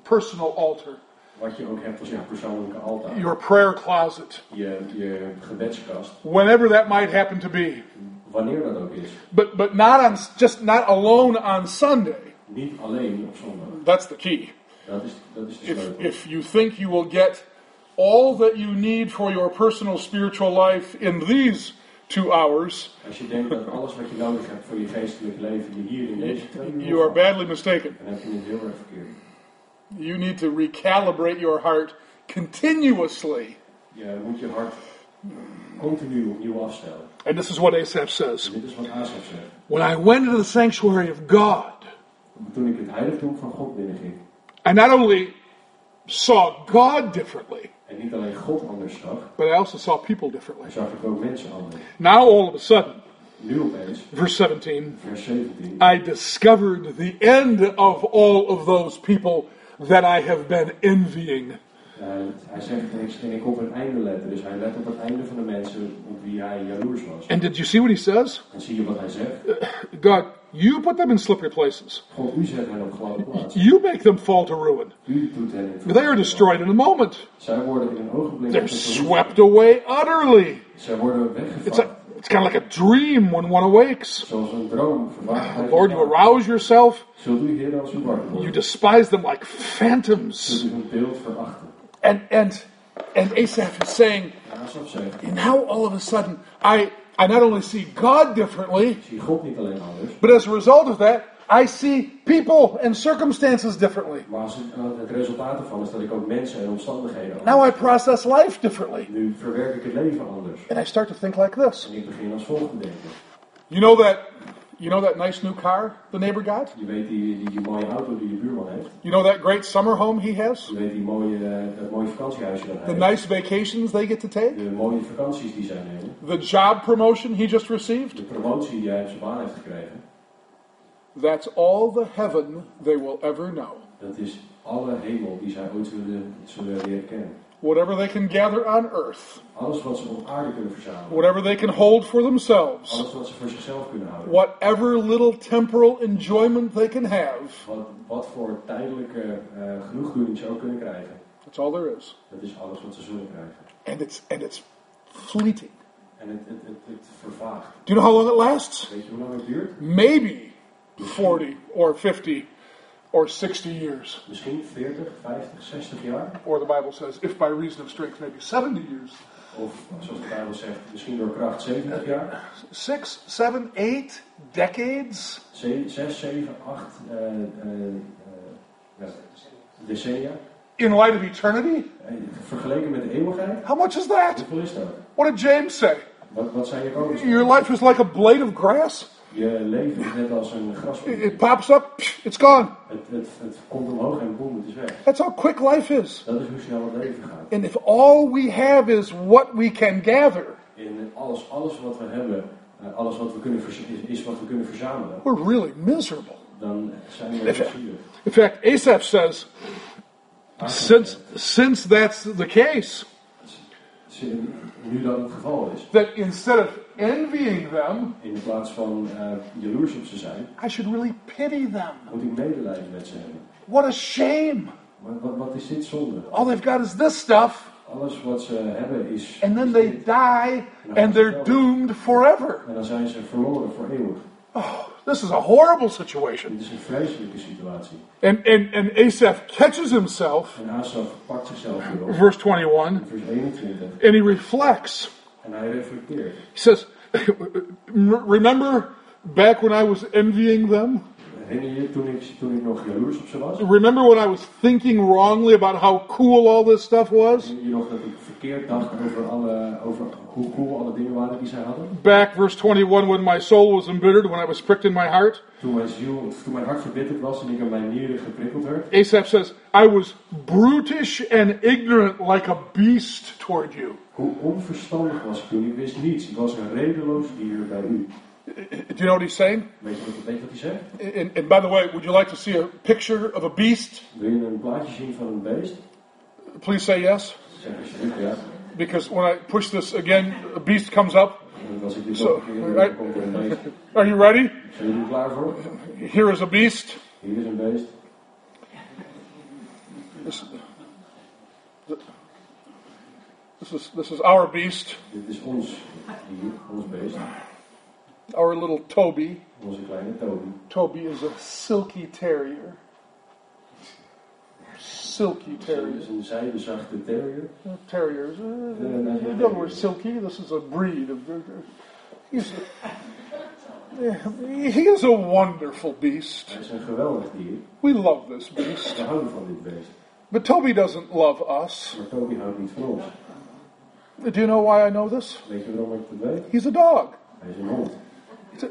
S1: personal altar,
S2: wat je ook hebt als jouw persoonlijke altaar,
S1: your prayer closet,
S2: je, je gebedskast,
S1: whenever that might happen to be,
S2: wanneer dat ook is.
S1: but but not on just not alone on Sunday.
S2: Niet alleen op zondag.
S1: That's the key.
S2: Dat is, dat is de
S1: If
S2: sleutel.
S1: if you think you will get all that you need for your personal spiritual life in these two hours,
S2: Als je denkt dat alles wat je nodig hebt voor je geestelijk leven, je hier in deze twee uur
S1: you are
S2: opvangt,
S1: badly mistaken.
S2: dan heb je het heel erg verkeerd.
S1: You need to recalibrate your heart continuously.
S2: Je moet je hart continu opnieuw afstellen.
S1: And this is what Asaph says.
S2: Dit is wat Asaf zegt.
S1: When I went into the sanctuary of God,
S2: Toen ik het heiligdom van God binnenging
S1: I not only saw God differently,
S2: en niet alleen God anders zag,
S1: but I also saw people differently.
S2: zag ik ook mensen anders.
S1: Now, all of a sudden,
S2: Nu opeens,
S1: verse 17,
S2: vers 17,
S1: I discovered the end of all of those people that I have been envying.
S2: eh, hij zegt, en ik, en ik op het einde letten. Dus hij let op het einde van de mensen op wie hij jaloers was.
S1: And did you see what he says?
S2: En zie je wat hij zegt?
S1: God, you put them in slippery places.
S2: God, u zet hen op gladde plaats.
S1: You make them fall to ruin.
S2: U doet hen in
S1: They are destroyed in a moment.
S2: Zij worden in een ogenblik...
S1: They're swept away utterly.
S2: Zij worden
S1: It's like,
S2: weggevangen.
S1: It's kind of like a dream when one awakes.
S2: Zoals een droom verwacht hij.
S1: Lord, you arouse yourself.
S2: Zult u, Heer, als u wakker
S1: You
S2: wordt,
S1: despise them like phantoms.
S2: zult u hun beeld verachten.
S1: And and and Asaph is saying,
S2: En Asaf zegt, ik
S1: and now all of a sudden I I not only see God differently,
S2: zie God niet alleen anders,
S1: but as a result of that, I see people and circumstances differently.
S2: maar als het, eh, het resultaat ervan is dat ik ook mensen en omstandigheden
S1: Now
S2: anders.
S1: I process life differently.
S2: Nu verwerk ik het leven anders.
S1: And I start to think like this.
S2: En ik begin als volgt te denken.
S1: You know that you know that nice new car the neighbor got?
S2: Je weet die, die, die mooie auto die je buurman heeft.
S1: You know that great summer home he has?
S2: Je weet die mooie, eh, dat mooie vakantiehuisje dat
S1: The
S2: hij heeft.
S1: nice vacations they get to take?
S2: De mooie vakanties die zij nemen.
S1: The job promotion he just received?
S2: De promotie die hij op zijn baan heeft gekregen.
S1: That's all the heaven they will ever know.
S2: Dat is alle hemel die zij ooit zullen, zullen leren kennen.
S1: Whatever they can gather on earth,
S2: Alles wat ze op aarde kunnen verzamelen.
S1: whatever they can hold for themselves,
S2: Alles wat ze voor zichzelf kunnen houden.
S1: whatever little temporal enjoyment they can have,
S2: Wat, wat voor tijdelijke eh genoegdoening ze ook kunnen krijgen.
S1: that's all there is.
S2: Dat is alles wat ze zullen krijgen.
S1: And it's and it's fleeting.
S2: En het, het, het, het vervaagt.
S1: Do you know how long it lasts?
S2: Weet je hoe lang het duurt?
S1: Maybe 40 or 50 or 60 years.
S2: Misschien 40, 50, 60 jaar.
S1: Or the Bible says, if by reason of strength, maybe 70 years.
S2: Of zoals de Bijbel zegt, misschien door kracht 70 jaar.
S1: Six, seven, eight decades?
S2: 6, 7, 8 eh, decennia.
S1: In light of eternity?
S2: En Vergeleken met de eeuwigheid.
S1: How much is that?
S2: Hoeveel is dat?
S1: What did James say?
S2: Wat, wat zijn je komen?
S1: Your life is like a blade of grass.
S2: Je leven is net als een
S1: It,
S2: graspriet.
S1: it pops up, psh, it's gone.
S2: Het, het, het komt omhoog en boem, het is weg.
S1: That's how quick life is.
S2: Dat is hoe snel het leven gaat.
S1: And if all we have is what we can gather,
S2: En alles, alles wat we hebben, eh, alles wat we kunnen verz- is, is wat we kunnen verzamelen,
S1: we're really miserable.
S2: dan zijn we plezier.
S1: In fact, Asaph says, since, since that's the case,
S2: Nu dat het geval is,
S1: that instead of envying them,
S2: in plaats van eh, jaloers op ze zijn,
S1: I should really pity them.
S2: moet ik medelijden met ze hebben.
S1: What a shame.
S2: Maar wat, wat is dit zonde?
S1: All they've got is this stuff,
S2: Alles wat ze hebben is.
S1: and then they die, and they're doomed forever.
S2: En dan zijn ze verloren voor eeuwig.
S1: This is a horrible situation.
S2: Dit is een vreselijke situatie.
S1: And, and, and Asaph catches himself,
S2: En Asaf pakt zichzelf weer op.
S1: verse 21,
S2: Vers 21.
S1: and he reflects.
S2: En hij reflecteert.
S1: He says, Remember back when I was envying them?
S2: Herinner je je toen ik, toen ik nog jaloers op ze was?
S1: Remember when I was thinking wrongly about how cool all this stuff was?
S2: Herinner je nog dat ik verkeerd dacht over, alle, over hoe cool alle dingen waren die zij hadden?
S1: Back, verse 21, when my soul was embittered, when I was pricked in my heart.
S2: Toen mijn, ziel, toen mijn hart verbitterd was en ik aan mijn nieren geprikkeld werd.
S1: Asaph says, I was brutish and ignorant like a beast toward you.
S2: Hoe onverstandig was ik toen? Ik wist niets. Ik was een redeloos dier bij u.
S1: Do you know what he's saying?
S2: Weet je wat, weet je wat hij zegt?
S1: And, and by the way, would you like to see a picture of a beast?
S2: Wil je een plaatje zien van een beest?
S1: Please say yes.
S2: Zeg alsjeblieft ja.
S1: Because when I push this again, a beast comes up.
S2: En als ik dit
S1: Zo,
S2: nog een keer doe,
S1: right.
S2: dan komt er een beest.
S1: Are you ready?
S2: Zijn jullie er klaar voor?
S1: Here is a beast.
S2: Hier is een beest.
S1: This, this is, this is our beast,
S2: Dit is ons dier, ons beest.
S1: our little Toby.
S2: Onze kleine Toby.
S1: Toby is a silky terrier. Silky
S2: Dit
S1: terrier.
S2: is een zijdezachte terrier.
S1: terriers. Uh,
S2: no,
S1: in
S2: no.
S1: other words, silky. This is a breed of. uh, He's a, he is a wonderful beest.
S2: Hij is een geweldig dier.
S1: We love this beast,
S2: We houden van dit beest.
S1: but Toby doesn't love us.
S2: Maar Toby houdt niet van ons.
S1: Do you know why I know this?
S2: Weet je waarom ik dat weet?
S1: He's a dog.
S2: Hij is een hond.
S1: Do,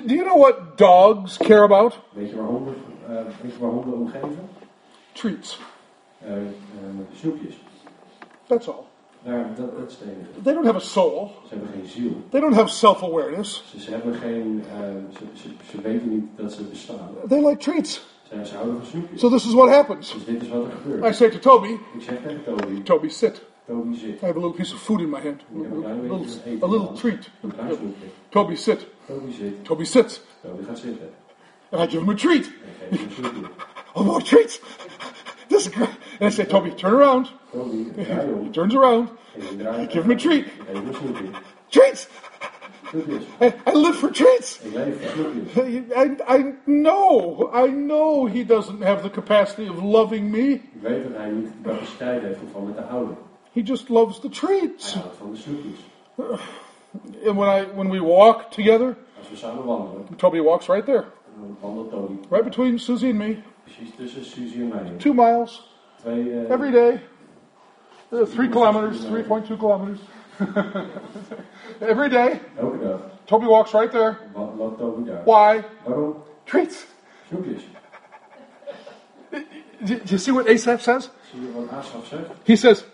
S1: do you know what dogs care about?
S2: Weet je waar honden, eh, weet je waar honden om geven?
S1: Treats.
S2: Eh, eh, snoepjes.
S1: That's all.
S2: Daar, dat, dat is het enige.
S1: They don't have a soul.
S2: Ze hebben geen ziel.
S1: They don't have self-awareness.
S2: Ze, ze hebben geen. eh, ze, ze, ze weten niet dat ze bestaan.
S1: They like treats.
S2: Ze, ze houden van snoepjes.
S1: So this is what happens.
S2: Dus dit is wat er
S1: I
S2: gebeurt.
S1: say to Toby,
S2: Ik zeg tegen Toby:
S1: Toby, sit.
S2: Toby zit.
S1: I have a little piece of food in my hand. A
S2: Ik heb een klein
S1: little,
S2: beetje eten.
S1: a little treat.
S2: Een klein snoepje.
S1: Toby, sit.
S2: Toby zit.
S1: Toby sits,
S2: Toby gaat zitten.
S1: and I give him a treat.
S2: En ik geef hem een snoepje.
S1: Oh, more treats! This is great. And I say, Toby, turn around.
S2: Toby, draai
S1: He
S2: om.
S1: turns around.
S2: En ik draai.
S1: Give him a treat.
S2: En ik geef hem een snoepje.
S1: treats.
S2: Knupjes.
S1: I, I live for treats.
S2: Ik leef voor knupjes.
S1: I, I know, I know he doesn't have the capacity of loving me.
S2: Ik weet dat hij niet de capaciteit heeft om van me te houden.
S1: He just loves the treats.
S2: Hij houdt van de snoepjes.
S1: And when I when we walk together,
S2: Als we samen wandelen,
S1: Toby walks right there,
S2: dan wandelt Tony
S1: right between Susie and me,
S2: precies tussen Suzy en mij. in.
S1: two miles
S2: Twee, eh,
S1: every day, uh, three kilometers, three point two kilometers. every day,
S2: elke dag
S1: Toby walks right there.
S2: wa- loopt Tony daar.
S1: Why
S2: Waarom?
S1: treats?
S2: Snoepjes.
S1: Do do you see what Asaph says?
S2: Zie je wat Asaf zegt?
S1: He says,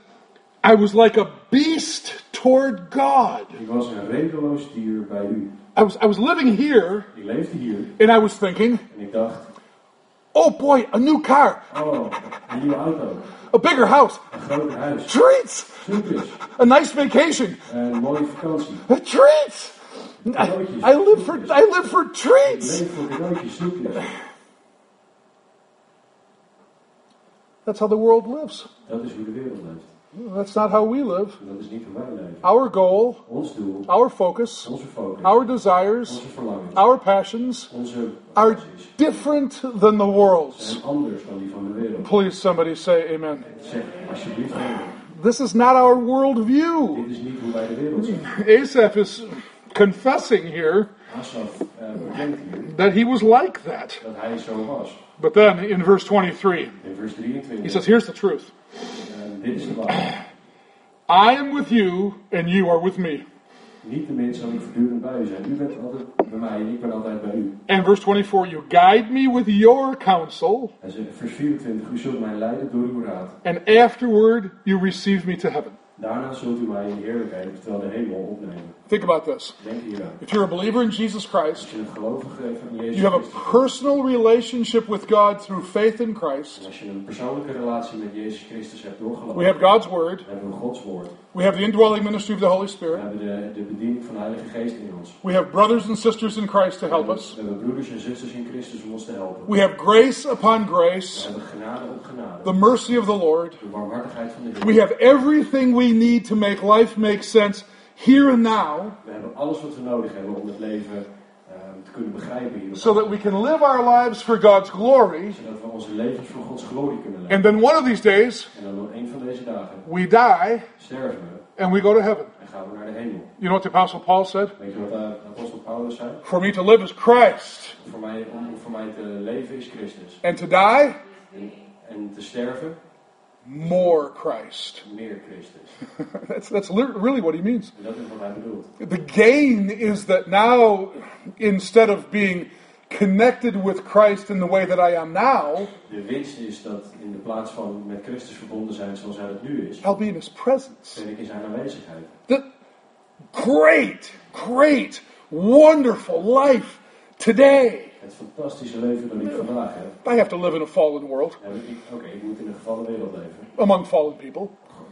S1: "I was like a beast toward God.
S2: Ik was een redeloos dier bij u.
S1: I was I was living here,
S2: Ik leefde hier
S1: and I was thinking."
S2: en ik dacht,
S1: Oh boy, a new car,
S2: oh, een nieuwe auto,
S1: a bigger house,
S2: een groter huis,
S1: treats,
S2: snoepjes,
S1: a nice vacation,
S2: een mooie vakantie.
S1: treats. I, I live for I live for
S2: Ik
S1: treats.
S2: leef voor cadeautjes, snoepjes.
S1: That's how the world lives.
S2: Dat is hoe de wereld leeft.
S1: That's not how we live.
S2: En dat is niet hoe wij leven.
S1: Our goal,
S2: Ons doel,
S1: our focus,
S2: onze focus,
S1: our desires,
S2: onze verlangen,
S1: our passions
S2: onze
S1: are
S2: acties
S1: different than the world's.
S2: zijn anders dan die van de wereld.
S1: Please, somebody say amen.
S2: Zeg alsjeblieft, nee.
S1: This is not our worldview.
S2: dit is niet hoe wij de wereld zien.
S1: Asaph is confessing here
S2: Asaf eh, bekent hier
S1: that he was like that.
S2: dat hij zo was.
S1: But then in verse 23,
S2: In vers
S1: he
S2: 23,
S1: says, Here's the truth.
S2: eh, dit is de waarheid.
S1: I am with you, and you are with me.
S2: Niet de mens zal ik voortdurend bij u zijn. U bent altijd bij mij en ik ben altijd bij u.
S1: And verse 24, you guide me with your counsel,
S2: Hij zegt, vers 24, u zult mij leiden door uw raad.
S1: and afterward you receive me to heaven.
S2: Daarna zult u mij in heerlijkheid, oftewel de hemel, opnemen.
S1: Think about this.
S2: Denk hier aan.
S1: If you're a believer in Jesus Christ,
S2: Als je een gelovige van
S1: you have a
S2: Jezus Christus bent,
S1: personal relationship with God through faith in
S2: en
S1: Christ.
S2: Dus als je een persoonlijke relatie met Jezus Christus hebt
S1: We
S2: doorgelopen,
S1: have God's Word.
S2: dan hebben we Gods woord.
S1: We have the indwelling ministry of the Holy
S2: We
S1: Spirit.
S2: hebben de, de bediening van de Heilige Geest in ons.
S1: We have brothers and sisters in Christ to help us.
S2: We hebben broeders en zusters in Christus om ons te helpen.
S1: We have grace upon
S2: We
S1: grace,
S2: hebben genade op genade.
S1: the mercy of the Lord.
S2: De barmhartigheid van de
S1: We
S2: Heer.
S1: have everything we need to make life make sense here and now
S2: We hebben alles wat we nodig hebben om het leven eh, te kunnen begrijpen hier. op
S1: so that we can live our lives for God's glory.
S2: aarde. Zodat we onze levens voor Gods glorie kunnen leven.
S1: And then one of these days,
S2: En dan op een van deze dagen
S1: we die
S2: sterven we
S1: and we go to heaven.
S2: en gaan we naar de hemel.
S1: You know what the Apostle Paul said?
S2: Weet je wat eh, de apostel Paulus zei?
S1: For me to live is Christ,
S2: Voor mij, om voor mij te leven is Christus.
S1: and to die,
S2: En, en te sterven,
S1: more Christ.
S2: meer Christus.
S1: That's, that's lit- really what he means.
S2: En dat is wat hij bedoelt.
S1: The gain is that now, instead of being connected with Christ in the way that I am now,
S2: De winst is dat in de plaats van met Christus verbonden zijn zoals hij dat nu is,
S1: I'll be in his presence.
S2: ben ik in zijn aanwezigheid.
S1: The great, great, wonderful life today.
S2: Het fantastische leven dat ik vandaag heb,
S1: I have to live in a fallen world
S2: heb ik, oké, ik moet in een gevallen wereld leven.
S1: among fallen people.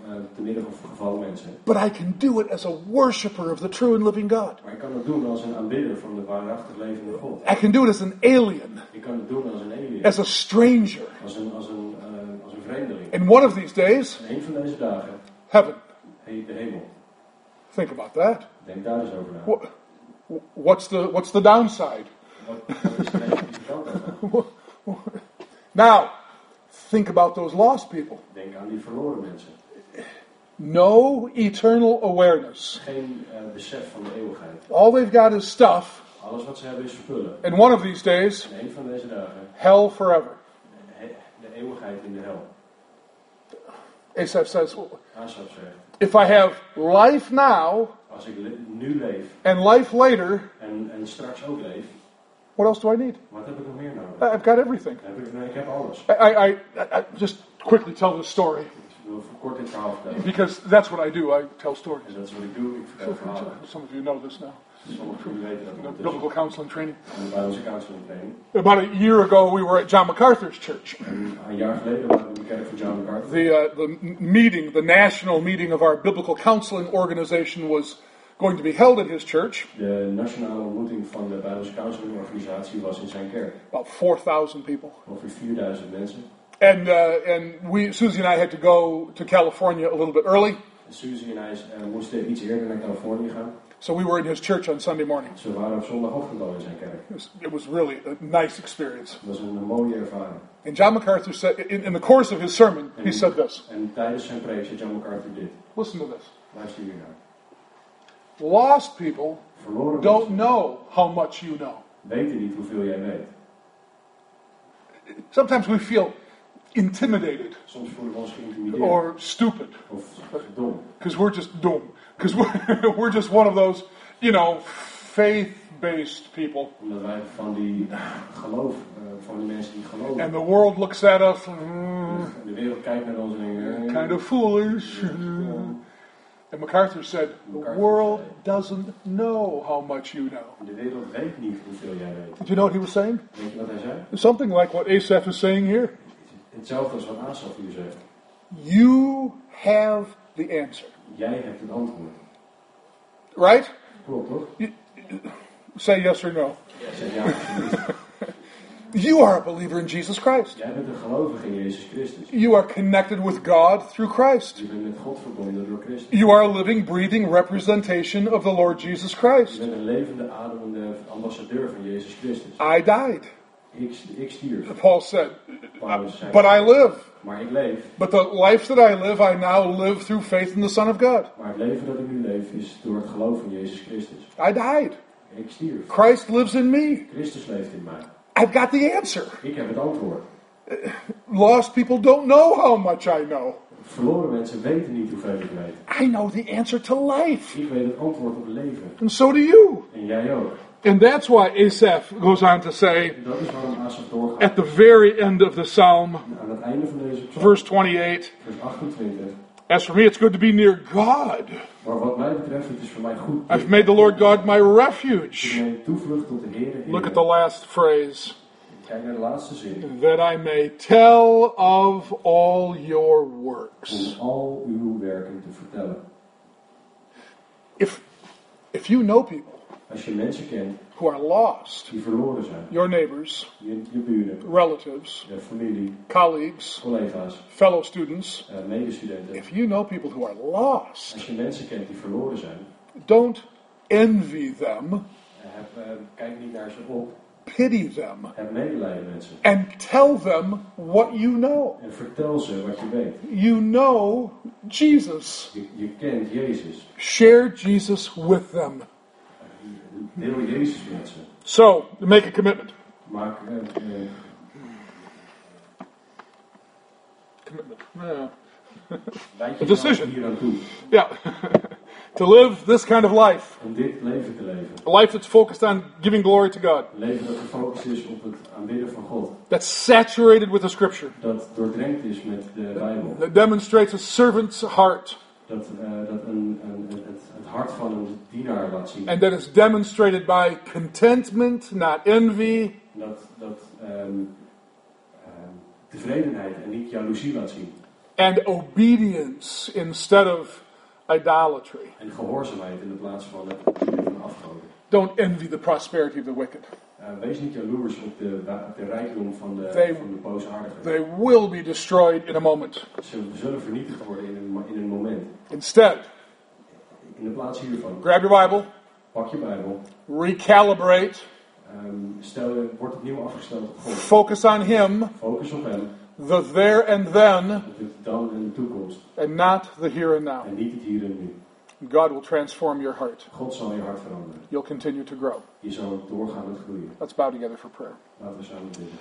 S2: Eh, te midden van gevallen mensen.
S1: But I can do it as a worshiper of the true and living God.
S2: Maar ik kan dat doen als een aanbidder van de waarachtig levende God.
S1: I can do it as an alien,
S2: Ik kan het doen als een alien,
S1: as a stranger.
S2: als een, als een, eh, als een vreemdeling.
S1: And one of these days,
S2: En een van deze dagen,
S1: heaven.
S2: heet de hemel.
S1: Think about that.
S2: Denk daar eens over na.
S1: Wha- What's the, what's the downside?
S2: Wat, wat is de negatieve kant daarvan?
S1: Now, think about those lost people.
S2: Denk aan die verloren mensen.
S1: No eternal awareness.
S2: Geen eh, besef van de eeuwigheid.
S1: All they've got is stuff,
S2: Alles wat ze hebben is verpullen.
S1: and one of these days,
S2: En een van deze dagen,
S1: hell forever.
S2: he- de eeuwigheid in de hel.
S1: Asaph says, "Well,
S2: Asaf zegt,
S1: if I have life now
S2: als ik le- nu leef
S1: and life later,
S2: en, en straks ook leef,
S1: what else do I need?
S2: wat heb ik nog meer nodig?
S1: I- I've got everything.
S2: Heb ik, ik heb alles.
S1: I, I, I, I- I just quickly tell this story
S2: Ik wil voor kort dit verhaal vertellen.
S1: because that's what I do. I tell stories.
S2: En dat is wat ik doe. Ik vertel verhalen.
S1: Some of you know this now.
S2: Sommigen van jullie weten dat ondertussen.
S1: Biblical counseling training.
S2: En bij onze counseling training.
S1: About a year ago, we were at John MacArthur's church.
S2: Een jaar geleden waren we in de kerk van John MacArthur.
S1: The uh, the m- meeting, the national meeting of our biblical counseling organization, was going to be held at his church.
S2: De nationale ontmoeting van de Bijbelse counseling organisatie was in zijn kerk.
S1: About four thousand people.
S2: Ongeveer 4000 mensen.
S1: And uh, and we Susie and I had to go to California a little bit early.
S2: En Suzy en hij eh, moesten iets eerder naar Californië gaan.
S1: So we were in his church on Sunday morning.
S2: Ze waren op zondag opgenomen in zijn kerk.
S1: It was, it was really a nice experience.
S2: Dat was een mooie ervaring.
S1: And John MacArthur said, in, in the course of his sermon, he said this.
S2: En tijdens zijn preek zei John MacArthur dit.
S1: Listen to this.
S2: Luister hier naar.
S1: Lost people
S2: Verloren
S1: don't
S2: mensen
S1: know how much you know.
S2: weten niet hoeveel jij weet.
S1: Sometimes we feel intimidated
S2: Soms voelen we ons geïntimideerd
S1: or stupid
S2: of dom.
S1: because we're just dumb. Because we're, we're just one of those, you know, faith based people.
S2: Omdat wij van die geloof, eh, van die mensen die geloven.
S1: And the world looks at us, mm,
S2: de wereld kijkt naar ons en denkt... eh,
S1: kind of foolish.
S2: eh,
S1: And MacArthur said, The world doesn't know how much you know.
S2: De wereld weet niet hoeveel jij weet.
S1: Did you know what he was saying?
S2: Weet je wat hij zei?
S1: Something like what Asaph is saying here.
S2: Hetzelfde als wat Asaf hier zegt.
S1: You have the answer,
S2: Jij hebt het antwoord.
S1: right?
S2: Klopt toch?
S1: Say yes or no.
S2: Hij zegt ja, absoluut.
S1: You are a believer in Jesus Christ.
S2: Jij bent een gelovige in Jezus Christus.
S1: You are connected with God through Christ.
S2: Je bent met God verbonden door Christus.
S1: You are a living, breathing representation of the Lord Jesus
S2: Je
S1: Christ.
S2: bent een levende, ademende ambassadeur van Jezus Christus.
S1: I died,
S2: Ik, ik stierf,
S1: Paul said,
S2: Paulus zei.
S1: but I live.
S2: Maar ik leef.
S1: But the life that I live, I now live through faith in the Son of God.
S2: Maar het leven dat ik nu leef is door het geloof in Jezus Christus.
S1: I died.
S2: Ik stierf.
S1: Christ lives in me.
S2: Christus leeft in mij.
S1: I've got the answer.
S2: Ik heb het antwoord.
S1: Lost people don't know how much I know.
S2: Verloren mensen weten niet hoeveel ik weet.
S1: I know the answer to life.
S2: Ik weet het antwoord op het leven.
S1: And so do you.
S2: En jij ook.
S1: And that's why Asaph goes on to say
S2: En dat is waarom Asaf doorgaat.
S1: at the very end of the psalm,
S2: Aan het einde van deze psalm,
S1: verse 28
S2: vers 28.
S1: As for me, it's good to be near God.
S2: Maar wat mij betreft, het is voor mij goed.
S1: I've made the Lord God my refuge.
S2: Mijn toevlucht tot de Heer.
S1: Look at the last phrase
S2: Kijk naar de laatste zin.
S1: that I may tell of all your works.
S2: Om al uw werken te vertellen.
S1: If, if you know people
S2: Als je mensen kent
S1: who are lost,
S2: die verloren zijn.
S1: your neighbors,
S2: Je, je buren,
S1: relatives,
S2: je familie,
S1: colleagues,
S2: collega's,
S1: fellow students,
S2: eh, medestudenten.
S1: if you know people who are lost,
S2: Als je mensen kent die verloren zijn.
S1: don't envy them,
S2: eh, heb, eh, kijk niet naar ze op.
S1: pity them,
S2: Heb medelijden met ze.
S1: and tell them what you know.
S2: En vertel ze wat je weet.
S1: You know Jesus.
S2: Je, je kent Jezus.
S1: Share Jesus with them.
S2: Deel Jezus met ze.
S1: So, make a commitment.
S2: Maak eh, eh,
S1: Commitment. Yeah.
S2: Leid je
S1: A decision.
S2: nou hier aan toe
S1: Yeah. to live this kind of life,
S2: om dit leven te leven.
S1: a life that's focused on giving glory to God,
S2: Een leven dat gefocust is op het aanbidden van God.
S1: that's saturated with the scripture,
S2: Dat doordrenkt is met de Bijbel.
S1: that demonstrates a servant's heart,
S2: Dat, eh, dat een, een, het, het hart van een dienaar laat zien.
S1: and that is demonstrated by contentment, not envy,
S2: Dat, dat ehm, ehm, tevredenheid en niet jaloezie laat zien.
S1: and obedience instead of idolatry.
S2: En gehoorzaamheid in de plaats van het aanbidden van afgoden.
S1: Don't envy the prosperity of the wicked.
S2: Eh, wees niet jaloers op de, wa- op de rijkdom van de,
S1: They-
S2: van de boosaardigen.
S1: They will be destroyed in a moment.
S2: Ze zullen vernietigd worden in een, mo- in een moment.
S1: Instead,
S2: In de plaats hiervan,
S1: grab your Bible,
S2: pak je Bijbel.
S1: recalibrate,
S2: Ehm, stel, je- word opnieuw afgesteld op God.
S1: focus on Him,
S2: Focus op hem,
S1: the there and then,
S2: op het dan en de toekomst.
S1: and not the here and now.
S2: En niet het hier en nu.
S1: God will transform your heart.
S2: God zal je hart veranderen.
S1: You'll continue to grow.
S2: Je zal doorgaan met groeien.
S1: Let's bow together for prayer.
S2: Laten we samen bidden.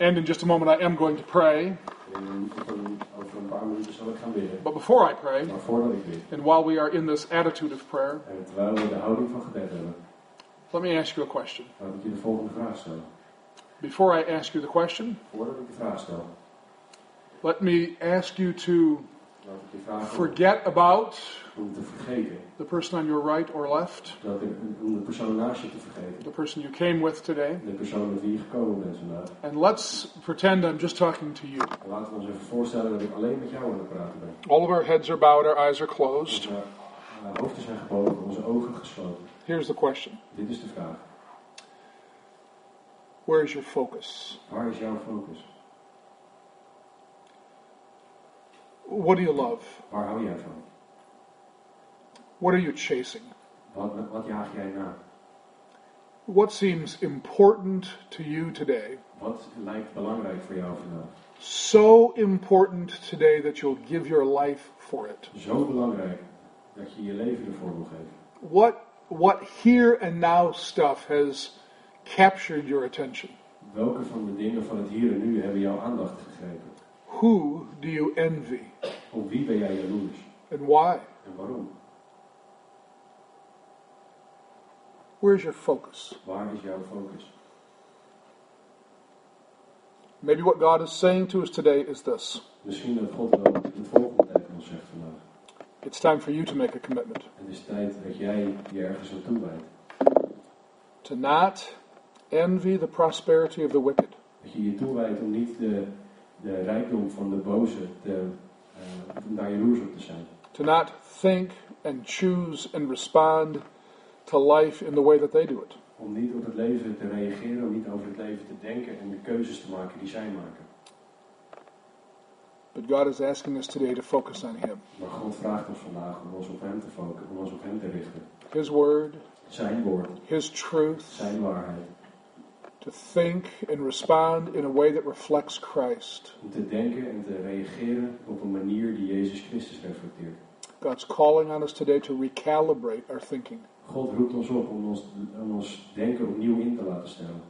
S1: And in just a moment, I am going to pray.
S2: En op een- Ehm, over een paar minuten zal ik gaan bidden.
S1: But before I pray,
S2: Maar voordat ik bid,
S1: and while we are in this attitude of prayer,
S2: en terwijl we de houding van gebed hebben,
S1: let me ask you a question.
S2: laat ik je de volgende vraag stellen.
S1: Before I ask you the question,
S2: Voordat ik de vraag stel,
S1: let me ask you to
S2: laat ik je vragen om-
S1: forget about
S2: om te vergeten.
S1: the person on your right or left,
S2: Dat ik, om de persoon naast je te vergeten.
S1: the person you came with today,
S2: De persoon met wie je gekomen bent vandaag.
S1: and let's pretend I'm just talking to you.
S2: En laten we ons even voorstellen dat ik alleen met jou aan het praten ben.
S1: All of our heads are bowed, our eyes are closed.
S2: Onze eh, hoofden zijn gebogen, onze ogen gesloten.
S1: Here's the question
S2: Dit is de vraag.
S1: Where is your focus?
S2: Waar is jouw focus?
S1: What do you love?
S2: Waar hou jij van?
S1: What are you chasing?
S2: Wat, wat jaag jij na?
S1: What seems important to you today?
S2: Wat lijkt belangrijk voor jou vandaag?
S1: So important today that you'll give your life for it.
S2: Zo belangrijk dat je je leven ervoor wil geven.
S1: What what here and now stuff has captured your attention?
S2: Welke van de dingen van het hier en nu hebben jouw aandacht gegrepen?
S1: Who do you envy
S2: Op wie ben jij jaloers?
S1: and why?
S2: En waarom?
S1: Where's your focus?
S2: Waar is jouw focus?
S1: Maybe what God is saying to us today is this.
S2: Misschien dat God wel het volgende tegen ons zegt vandaag.
S1: It's time for you to make a commitment
S2: Het is tijd dat jij je ergens naartoe wijdt.
S1: to not envy the prosperity of the wicked,
S2: Dat je je toewijdt om niet de, de rijkdom van de boze te, eh, daar jaloers op te zijn.
S1: to not think and choose and respond to life in the way that they do it.
S2: Om niet op het leven te reageren, om niet over het leven te denken en de keuzes te maken die zij maken.
S1: But God is asking us today to focus on Him,
S2: Maar God vraagt ons vandaag om ons op Hem te focussen, om ons op Hem te richten.
S1: His Word,
S2: Zijn woord,
S1: His truth,
S2: Zijn waarheid.
S1: to think and respond in a way that reflects Christ.
S2: Om te denken en te reageren op een manier die Jezus Christus reflecteert.
S1: God's calling on us today to recalibrate our thinking.
S2: God roept ons op om ons, om ons denken opnieuw in te laten stellen.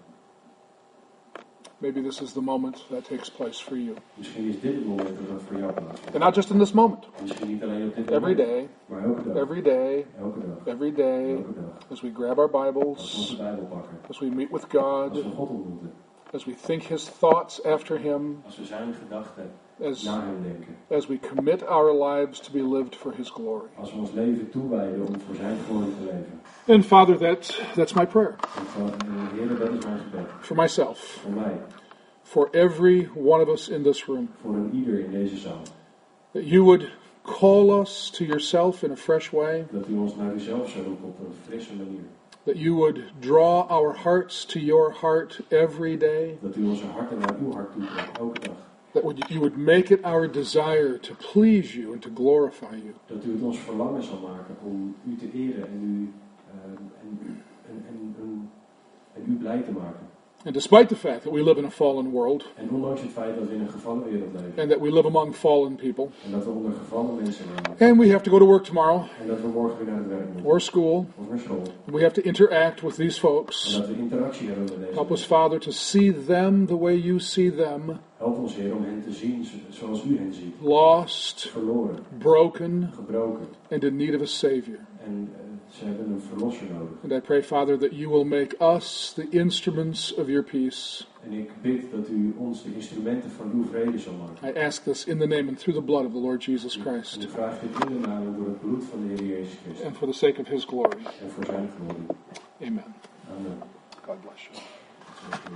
S1: Maybe this is the moment that takes place for you.
S2: Misschien is dit het moment dat dat voor jou plaatsvindt.
S1: And not just in this moment,
S2: Misschien niet alleen op dit
S1: every
S2: moment,
S1: day,
S2: maar elke dag.
S1: every day,
S2: elke dag.
S1: every day,
S2: Elke dag.
S1: as we grab our
S2: Als we onze
S1: Bibles,
S2: Bijbel pakken.
S1: as we meet with
S2: Als
S1: God,
S2: we God ontmoeten.
S1: as we think His thoughts after Him,
S2: Als we zijn gedachten
S1: as,
S2: naar hem denken.
S1: as we commit our lives to be lived for His glory.
S2: Als we ons leven toewijden om voor zijn glorie te leven.
S1: And Father, that's, that's my prayer
S2: En van, Heer, dat is mijn gebed.
S1: for myself,
S2: Voor mij.
S1: for every one of us in this room,
S2: Voor een ieder in deze zaal.
S1: that you would call us to yourself in a fresh way,
S2: Dat u ons naar uzelf zou roepen op een frisse manier.
S1: that you would draw our hearts to your heart every day,
S2: Dat u onze harten naar uw hart toe trekt. Elke dag.
S1: that would, you would make it our desire to please you and to glorify you.
S2: Dat u het ons verlangen zal maken om u te eren en u, eh, en, en, en, en, en u blij te maken.
S1: And despite the fact that we live in a fallen world
S2: En ondanks het feit dat we in een gevallen wereld leven
S1: and that we live among fallen people,
S2: en dat we onder gevallen mensen leven
S1: and we have to go to work tomorrow
S2: en dat we morgen weer naar het werk moeten
S1: or school,
S2: of naar school
S1: we have to interact with these
S2: en
S1: folks.
S2: dat we interactie hebben met deze
S1: Help us,
S2: mensen.
S1: Father, to see them the way you see them
S2: Help ons Heer om hen te zien zo- zoals u hen ziet.
S1: lost,
S2: Verloren,
S1: broken,
S2: gebroken
S1: and in need of a Savior.
S2: en eh, ze hebben een verlosser nodig.
S1: And I pray, Father, that you will make us the instruments of your peace.
S2: En ik bid dat u ons de instrumenten van uw vrede zal maken.
S1: I ask this in the name and through the blood of the Lord Jesus
S2: En
S1: Christ
S2: ik vraag dit in Dus de naam en door het bloed van de Heer Jezus Christus
S1: and for the sake of his glory.
S2: en voor zijn glorie.
S1: Amen.
S2: Amen.
S1: God bless you.